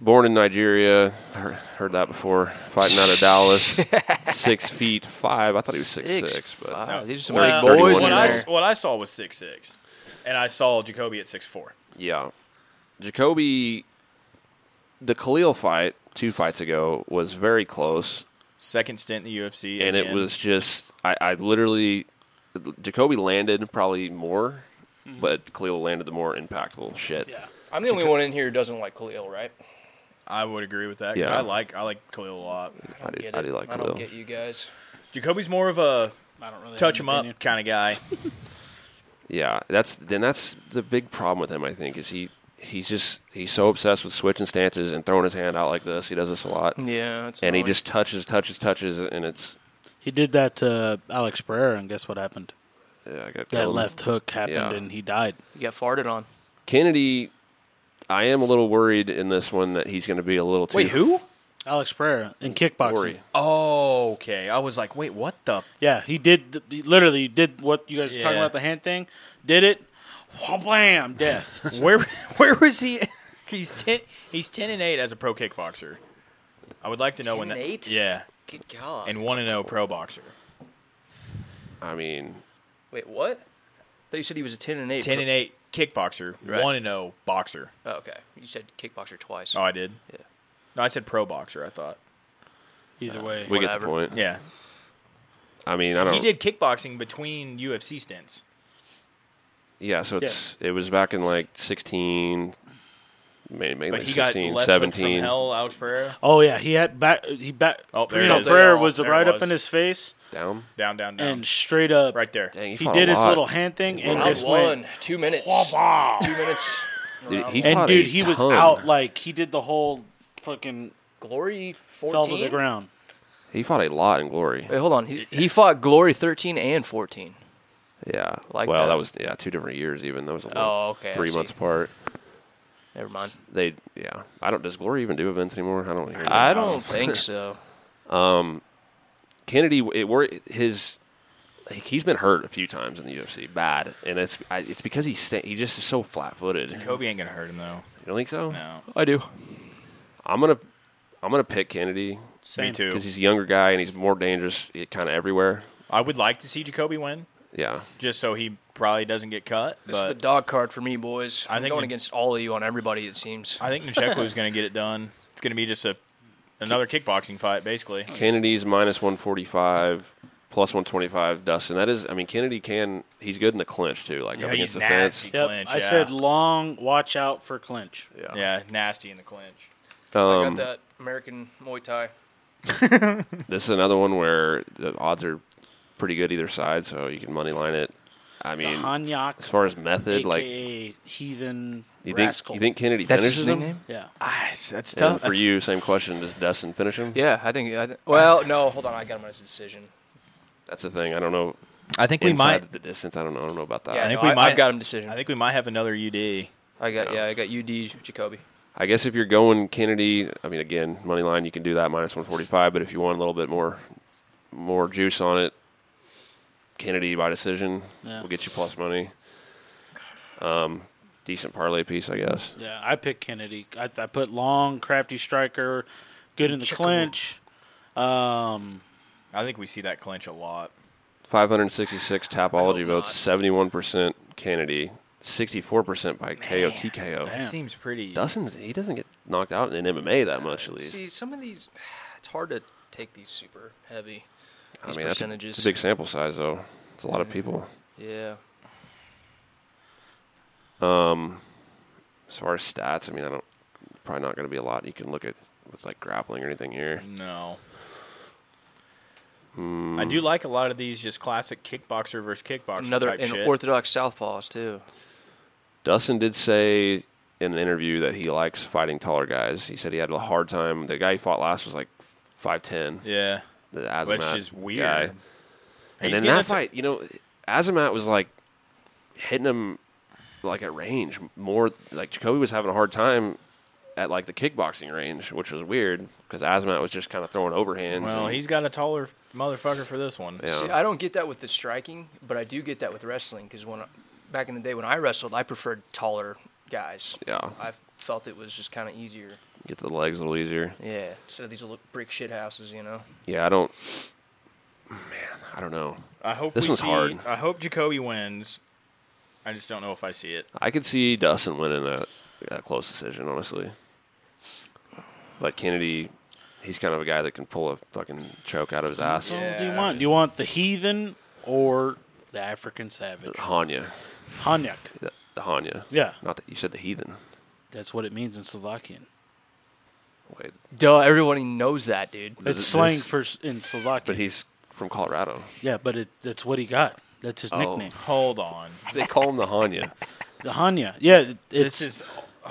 [SPEAKER 1] Born in Nigeria, heard, heard that before. Fighting out of Dallas, six feet five. I thought he was six six, but
[SPEAKER 2] five. Oh, These are some
[SPEAKER 4] Well,
[SPEAKER 2] big boys in
[SPEAKER 4] What
[SPEAKER 1] in
[SPEAKER 4] I,
[SPEAKER 2] there.
[SPEAKER 1] there.
[SPEAKER 4] what I saw was six six, and I saw Jacoby at six four.
[SPEAKER 1] Yeah. Jacoby, the Khalil fight two fights ago was very close,
[SPEAKER 4] Second stint in the UFC,
[SPEAKER 1] and it
[SPEAKER 4] again.
[SPEAKER 1] was just I, I literally Jacoby landed probably more, but Khalil landed the more impactful shit.
[SPEAKER 3] Yeah.
[SPEAKER 2] I'm the only one in here who doesn't like Khalil, right?
[SPEAKER 4] I would agree with that. 'cause
[SPEAKER 1] Yeah.
[SPEAKER 4] I like I like Khalil a lot.
[SPEAKER 1] I, do,
[SPEAKER 2] Get
[SPEAKER 1] I
[SPEAKER 2] it.
[SPEAKER 1] do like
[SPEAKER 2] I
[SPEAKER 1] Khalil.
[SPEAKER 2] don't get you guys.
[SPEAKER 4] Jacoby's more of a
[SPEAKER 3] I don't really
[SPEAKER 4] touch
[SPEAKER 3] have
[SPEAKER 4] him
[SPEAKER 3] an
[SPEAKER 4] up
[SPEAKER 3] opinion.
[SPEAKER 4] kind of guy.
[SPEAKER 1] Yeah, that's then that's the big problem with him. I think is he he's just he's so obsessed with switching stances and throwing his hand out like this. He does this a
[SPEAKER 2] Mm-hmm.
[SPEAKER 1] lot,
[SPEAKER 2] Yeah,
[SPEAKER 1] and he just touches, touches, touches, and it's
[SPEAKER 3] He did that to Alex Pereira, and guess what happened?
[SPEAKER 1] yeah, I got
[SPEAKER 3] That
[SPEAKER 1] killed.
[SPEAKER 3] left hook happened,
[SPEAKER 1] Yeah.
[SPEAKER 3] and he died.
[SPEAKER 2] you got farted on.
[SPEAKER 1] Kennedy, I am a little worried in this one that he's going to be a little too.
[SPEAKER 4] Wait, who?
[SPEAKER 3] Alex Pereira in kickboxing.
[SPEAKER 1] Worry.
[SPEAKER 4] Oh, okay. I was like, wait, what the?
[SPEAKER 3] Yeah, he did. The, he literally did what you guys were talking
[SPEAKER 4] Yeah.
[SPEAKER 3] about the hand thing. Did it? Wha- Blam! Death.
[SPEAKER 4] Where where was he? he's ten. He's ten and eight as a pro kickboxer. I would like to know when
[SPEAKER 2] 10 and
[SPEAKER 4] that.
[SPEAKER 2] eight?
[SPEAKER 4] Yeah,
[SPEAKER 2] Good God.
[SPEAKER 4] and one and zero pro boxer.
[SPEAKER 1] I mean,
[SPEAKER 2] Wait, what? They said he was a 10 and 8.
[SPEAKER 4] Ten and eight kickboxer.
[SPEAKER 2] Right.
[SPEAKER 4] One and zero boxer.
[SPEAKER 2] Oh, okay. You said kickboxer twice.
[SPEAKER 4] Oh, I did.
[SPEAKER 2] Yeah.
[SPEAKER 4] No, I said pro boxer. I thought.
[SPEAKER 3] Either way,
[SPEAKER 1] we get the
[SPEAKER 2] Whatever.
[SPEAKER 1] point.
[SPEAKER 4] Yeah,
[SPEAKER 1] I mean, I don't.
[SPEAKER 4] he did kickboxing between UFC stints.
[SPEAKER 1] Yeah, so it's it was back in like 16, maybe, maybe
[SPEAKER 4] But
[SPEAKER 1] like
[SPEAKER 4] he got
[SPEAKER 1] 16,
[SPEAKER 4] left hook from
[SPEAKER 1] 17.
[SPEAKER 4] hell, Alex Pereira.
[SPEAKER 3] Oh yeah, he had back. He back.
[SPEAKER 4] Oh, there
[SPEAKER 3] you
[SPEAKER 4] it
[SPEAKER 3] know,
[SPEAKER 4] is.
[SPEAKER 3] Pereira was
[SPEAKER 4] There it
[SPEAKER 3] right up
[SPEAKER 4] was.
[SPEAKER 3] in his face
[SPEAKER 1] Down.
[SPEAKER 4] Down, down, down.
[SPEAKER 3] and straight up.
[SPEAKER 4] right there.
[SPEAKER 1] Dang, he,
[SPEAKER 3] He
[SPEAKER 1] fought
[SPEAKER 3] did
[SPEAKER 1] a
[SPEAKER 3] his
[SPEAKER 1] lot.
[SPEAKER 3] little hand thing and
[SPEAKER 2] Round
[SPEAKER 3] just
[SPEAKER 2] one,
[SPEAKER 3] went.
[SPEAKER 2] two minutes.
[SPEAKER 3] "Wah-wah."
[SPEAKER 2] Two minutes.
[SPEAKER 1] Dude,
[SPEAKER 2] Round
[SPEAKER 1] he
[SPEAKER 2] one.
[SPEAKER 1] fought
[SPEAKER 3] And
[SPEAKER 1] a
[SPEAKER 3] dude, he was
[SPEAKER 1] ton.
[SPEAKER 3] out like he did the whole fucking
[SPEAKER 2] Glory
[SPEAKER 3] fell to the
[SPEAKER 2] 14.
[SPEAKER 3] ground.
[SPEAKER 1] He fought a lot in glory.
[SPEAKER 2] Wait, hold on. He, he fought Glory 13 and 14.
[SPEAKER 1] Yeah,
[SPEAKER 2] Like
[SPEAKER 1] well,
[SPEAKER 2] that.
[SPEAKER 1] that. was yeah two different years even. That was a little,
[SPEAKER 2] Oh, okay, I
[SPEAKER 1] three
[SPEAKER 2] see.
[SPEAKER 1] months apart.
[SPEAKER 2] Never mind.
[SPEAKER 1] They yeah, I don't. Does Glory even do events anymore? I don't. Hear that.
[SPEAKER 2] I don't think so.
[SPEAKER 1] Kennedy, it were his. like, He's been hurt a few times in the UFC, bad, and it's I, it's because he's sta- he just is so flat footed. You
[SPEAKER 4] Kobe ain't gonna hurt him though.
[SPEAKER 1] don't think so?
[SPEAKER 4] No,
[SPEAKER 2] I do.
[SPEAKER 1] I'm gonna I'm gonna pick Kennedy
[SPEAKER 4] me too.
[SPEAKER 1] because he's a younger guy and he's more dangerous, kind of everywhere.
[SPEAKER 4] I would like to see Jacoby win,
[SPEAKER 1] Yeah,
[SPEAKER 4] just so he probably doesn't get cut.
[SPEAKER 2] This is the
[SPEAKER 4] But
[SPEAKER 2] dog card for me, boys.
[SPEAKER 4] I
[SPEAKER 2] I'm
[SPEAKER 4] think
[SPEAKER 2] going
[SPEAKER 4] you-
[SPEAKER 2] against all of you on everybody, it seems.
[SPEAKER 4] I think Nchekwu is gonna get it done. It's gonna be just a another kickboxing fight, basically.
[SPEAKER 2] Oh,
[SPEAKER 1] Kennedy's minus 145, plus 125. Dustin, that is. I mean, Kennedy can. He's good in the clinch too. Like up against
[SPEAKER 4] he's
[SPEAKER 1] the
[SPEAKER 4] nasty.
[SPEAKER 3] Yep.
[SPEAKER 4] Clinch,
[SPEAKER 3] I
[SPEAKER 4] yeah.
[SPEAKER 3] said long. Watch out for clinch.
[SPEAKER 1] fence.
[SPEAKER 4] Yeah, nasty in the clinch.
[SPEAKER 2] I
[SPEAKER 1] Um,
[SPEAKER 2] got that American Muay Thai.
[SPEAKER 1] This is another one where the odds are pretty good either side, so you can money line it. I mean,
[SPEAKER 3] Hanyak,
[SPEAKER 1] as far as method, like
[SPEAKER 3] aka heathen
[SPEAKER 1] you think
[SPEAKER 3] rascal.
[SPEAKER 1] you think Kennedy finishes him?
[SPEAKER 3] Yeah.
[SPEAKER 2] Ah,
[SPEAKER 4] that's
[SPEAKER 1] And for you, same question. Does Dustin finish him?
[SPEAKER 2] Yeah, I think. I, th- well, no, hold on. I got him as a decision.
[SPEAKER 1] That's the thing. I don't know
[SPEAKER 4] I think we
[SPEAKER 1] inside
[SPEAKER 4] might.
[SPEAKER 1] the distance. I don't know. I don't know about that.
[SPEAKER 2] Yeah,
[SPEAKER 1] I,
[SPEAKER 4] think
[SPEAKER 2] no,
[SPEAKER 4] we
[SPEAKER 2] I,
[SPEAKER 4] might-
[SPEAKER 2] I've got him decision.
[SPEAKER 4] I think we might have another UD.
[SPEAKER 2] I got
[SPEAKER 1] No.
[SPEAKER 2] yeah, I got UD Jacoby.
[SPEAKER 1] guess if you're going Kennedy, I mean, again, money line, you can do that minus 145. But if you want a little bit more, more juice on it, Kennedy by decision
[SPEAKER 3] Yeah.
[SPEAKER 1] will get you plus money. Um, decent parlay piece, I guess.
[SPEAKER 3] Yeah, I picked Kennedy. I, I put long, crafty striker, good in the
[SPEAKER 2] Chicken.
[SPEAKER 3] clinch. Um,
[SPEAKER 4] I think we see that clinch a lot.
[SPEAKER 1] 566
[SPEAKER 2] I
[SPEAKER 1] topology
[SPEAKER 2] hope
[SPEAKER 1] votes, 71% Kennedy, 64% by KO TKO.
[SPEAKER 4] That seems pretty.
[SPEAKER 1] Dustin's he doesn't get knocked out in MMA that much at least.
[SPEAKER 2] See, some of these, it's hard to take these super heavy.
[SPEAKER 1] I
[SPEAKER 2] These
[SPEAKER 1] mean, that's a-
[SPEAKER 2] percentages.
[SPEAKER 1] It's a big sample size though. It's a lot of people.
[SPEAKER 2] yeah.
[SPEAKER 1] As far as stats, I mean, I don't probably not going to be a lot. You can look at what's like grappling or anything here.
[SPEAKER 4] No.
[SPEAKER 1] Hmm.
[SPEAKER 4] I do like a lot of these just classic kickboxer versus kickboxer
[SPEAKER 2] Another
[SPEAKER 4] type
[SPEAKER 2] and
[SPEAKER 4] shit.
[SPEAKER 2] orthodox southpaws too.
[SPEAKER 1] Dustin did say in an interview that he likes fighting taller guys. He said he had a hard time. The guy he fought last was like 5'10.
[SPEAKER 4] yeah,
[SPEAKER 1] The Azamat
[SPEAKER 4] which is weird.
[SPEAKER 1] guy. And
[SPEAKER 4] He's
[SPEAKER 1] in
[SPEAKER 4] getting
[SPEAKER 1] that
[SPEAKER 4] into-
[SPEAKER 1] fight, you know, Azamat was like hitting him like at range more. Like Jacoby was having a hard time at like the kickboxing range, which was weird because Azamat was just kind of throwing overhands.
[SPEAKER 4] Well,
[SPEAKER 1] and-
[SPEAKER 4] he's got a taller motherfucker for this one.
[SPEAKER 1] Yeah.
[SPEAKER 2] See, I don't get that with the striking, but I do get that with wrestling because when I- back in the day when I wrestled, I preferred taller guys.
[SPEAKER 1] yeah,
[SPEAKER 2] I felt it was just kind of easier.
[SPEAKER 1] get to the legs a little easier.
[SPEAKER 2] Yeah, instead of these little brick shit houses, you know.
[SPEAKER 1] Yeah, I don't. Man, I don't know.
[SPEAKER 4] I hope
[SPEAKER 1] This
[SPEAKER 4] we
[SPEAKER 1] one's
[SPEAKER 4] see-
[SPEAKER 1] hard.
[SPEAKER 4] I hope Jacoby wins. I just don't know if I see it.
[SPEAKER 1] I could see Dustin winning a, a close decision, honestly. But Kennedy, he's kind of a guy that can pull a fucking choke out of his ass.
[SPEAKER 3] so
[SPEAKER 1] Yeah.
[SPEAKER 3] what do you want? Do you want the heathen or the African savage?
[SPEAKER 1] Hanya,
[SPEAKER 3] Hanyak.
[SPEAKER 1] the, the Hanya.
[SPEAKER 3] Yeah,
[SPEAKER 1] Not that you said the heathen.
[SPEAKER 3] that's what it means in Slovakian.
[SPEAKER 1] Wait,
[SPEAKER 2] Duh, everybody knows that, dude.
[SPEAKER 1] This-
[SPEAKER 3] It's slang
[SPEAKER 1] this-
[SPEAKER 3] for s- in Slovakian.
[SPEAKER 1] but he's from Colorado.
[SPEAKER 3] yeah, but it, that's what he got. That's his nickname.
[SPEAKER 4] Hold on.
[SPEAKER 1] They call him the Hanya.
[SPEAKER 3] The Hanya. Yeah, it- it's
[SPEAKER 4] This is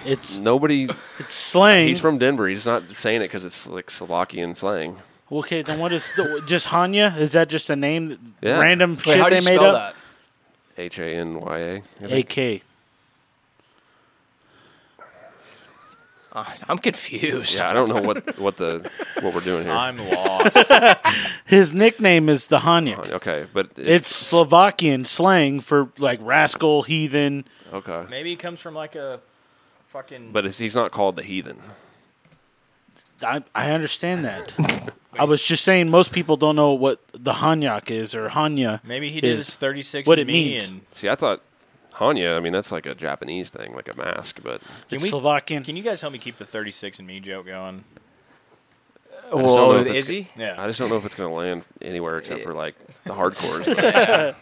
[SPEAKER 3] it's
[SPEAKER 1] Nobody.
[SPEAKER 3] it's slang.
[SPEAKER 1] He's from Denver. He's not saying it because it's like Slovakian slang.
[SPEAKER 3] okay, then what is the, just Hanya? Is that just a name? that-
[SPEAKER 1] Yeah.
[SPEAKER 3] Random shit
[SPEAKER 2] how
[SPEAKER 3] they
[SPEAKER 2] do you
[SPEAKER 3] made
[SPEAKER 2] spell
[SPEAKER 3] up.
[SPEAKER 1] H a n y a.
[SPEAKER 3] Ak.
[SPEAKER 2] that? Uh, I'm confused.
[SPEAKER 1] Yeah, I don't know what what the what we're doing here.
[SPEAKER 4] I'm lost.
[SPEAKER 3] His nickname is the Hanya.
[SPEAKER 1] okay, but
[SPEAKER 3] It's Slovakian slang for like rascal, heathen.
[SPEAKER 1] okay.
[SPEAKER 4] Maybe he comes from like a fucking.
[SPEAKER 1] But it's, he's not called the heathen.
[SPEAKER 3] I, I understand that. I was just saying most people don't know what the Hanyak is or Hanya.
[SPEAKER 4] maybe he did
[SPEAKER 3] is
[SPEAKER 4] his 36
[SPEAKER 3] what it
[SPEAKER 4] me
[SPEAKER 3] means.
[SPEAKER 4] and-
[SPEAKER 1] See, I thought Hanya. I mean, that's like a Japanese thing, like a mask. But
[SPEAKER 4] Can
[SPEAKER 3] It's
[SPEAKER 4] we-
[SPEAKER 3] Slovakian.
[SPEAKER 4] Can you guys help me keep the 36 and me joke going?
[SPEAKER 1] just don't know
[SPEAKER 2] Well,
[SPEAKER 1] if it's
[SPEAKER 2] is he?
[SPEAKER 4] Yeah.
[SPEAKER 1] I just don't know if it's going to land anywhere except for like the hardcores. but-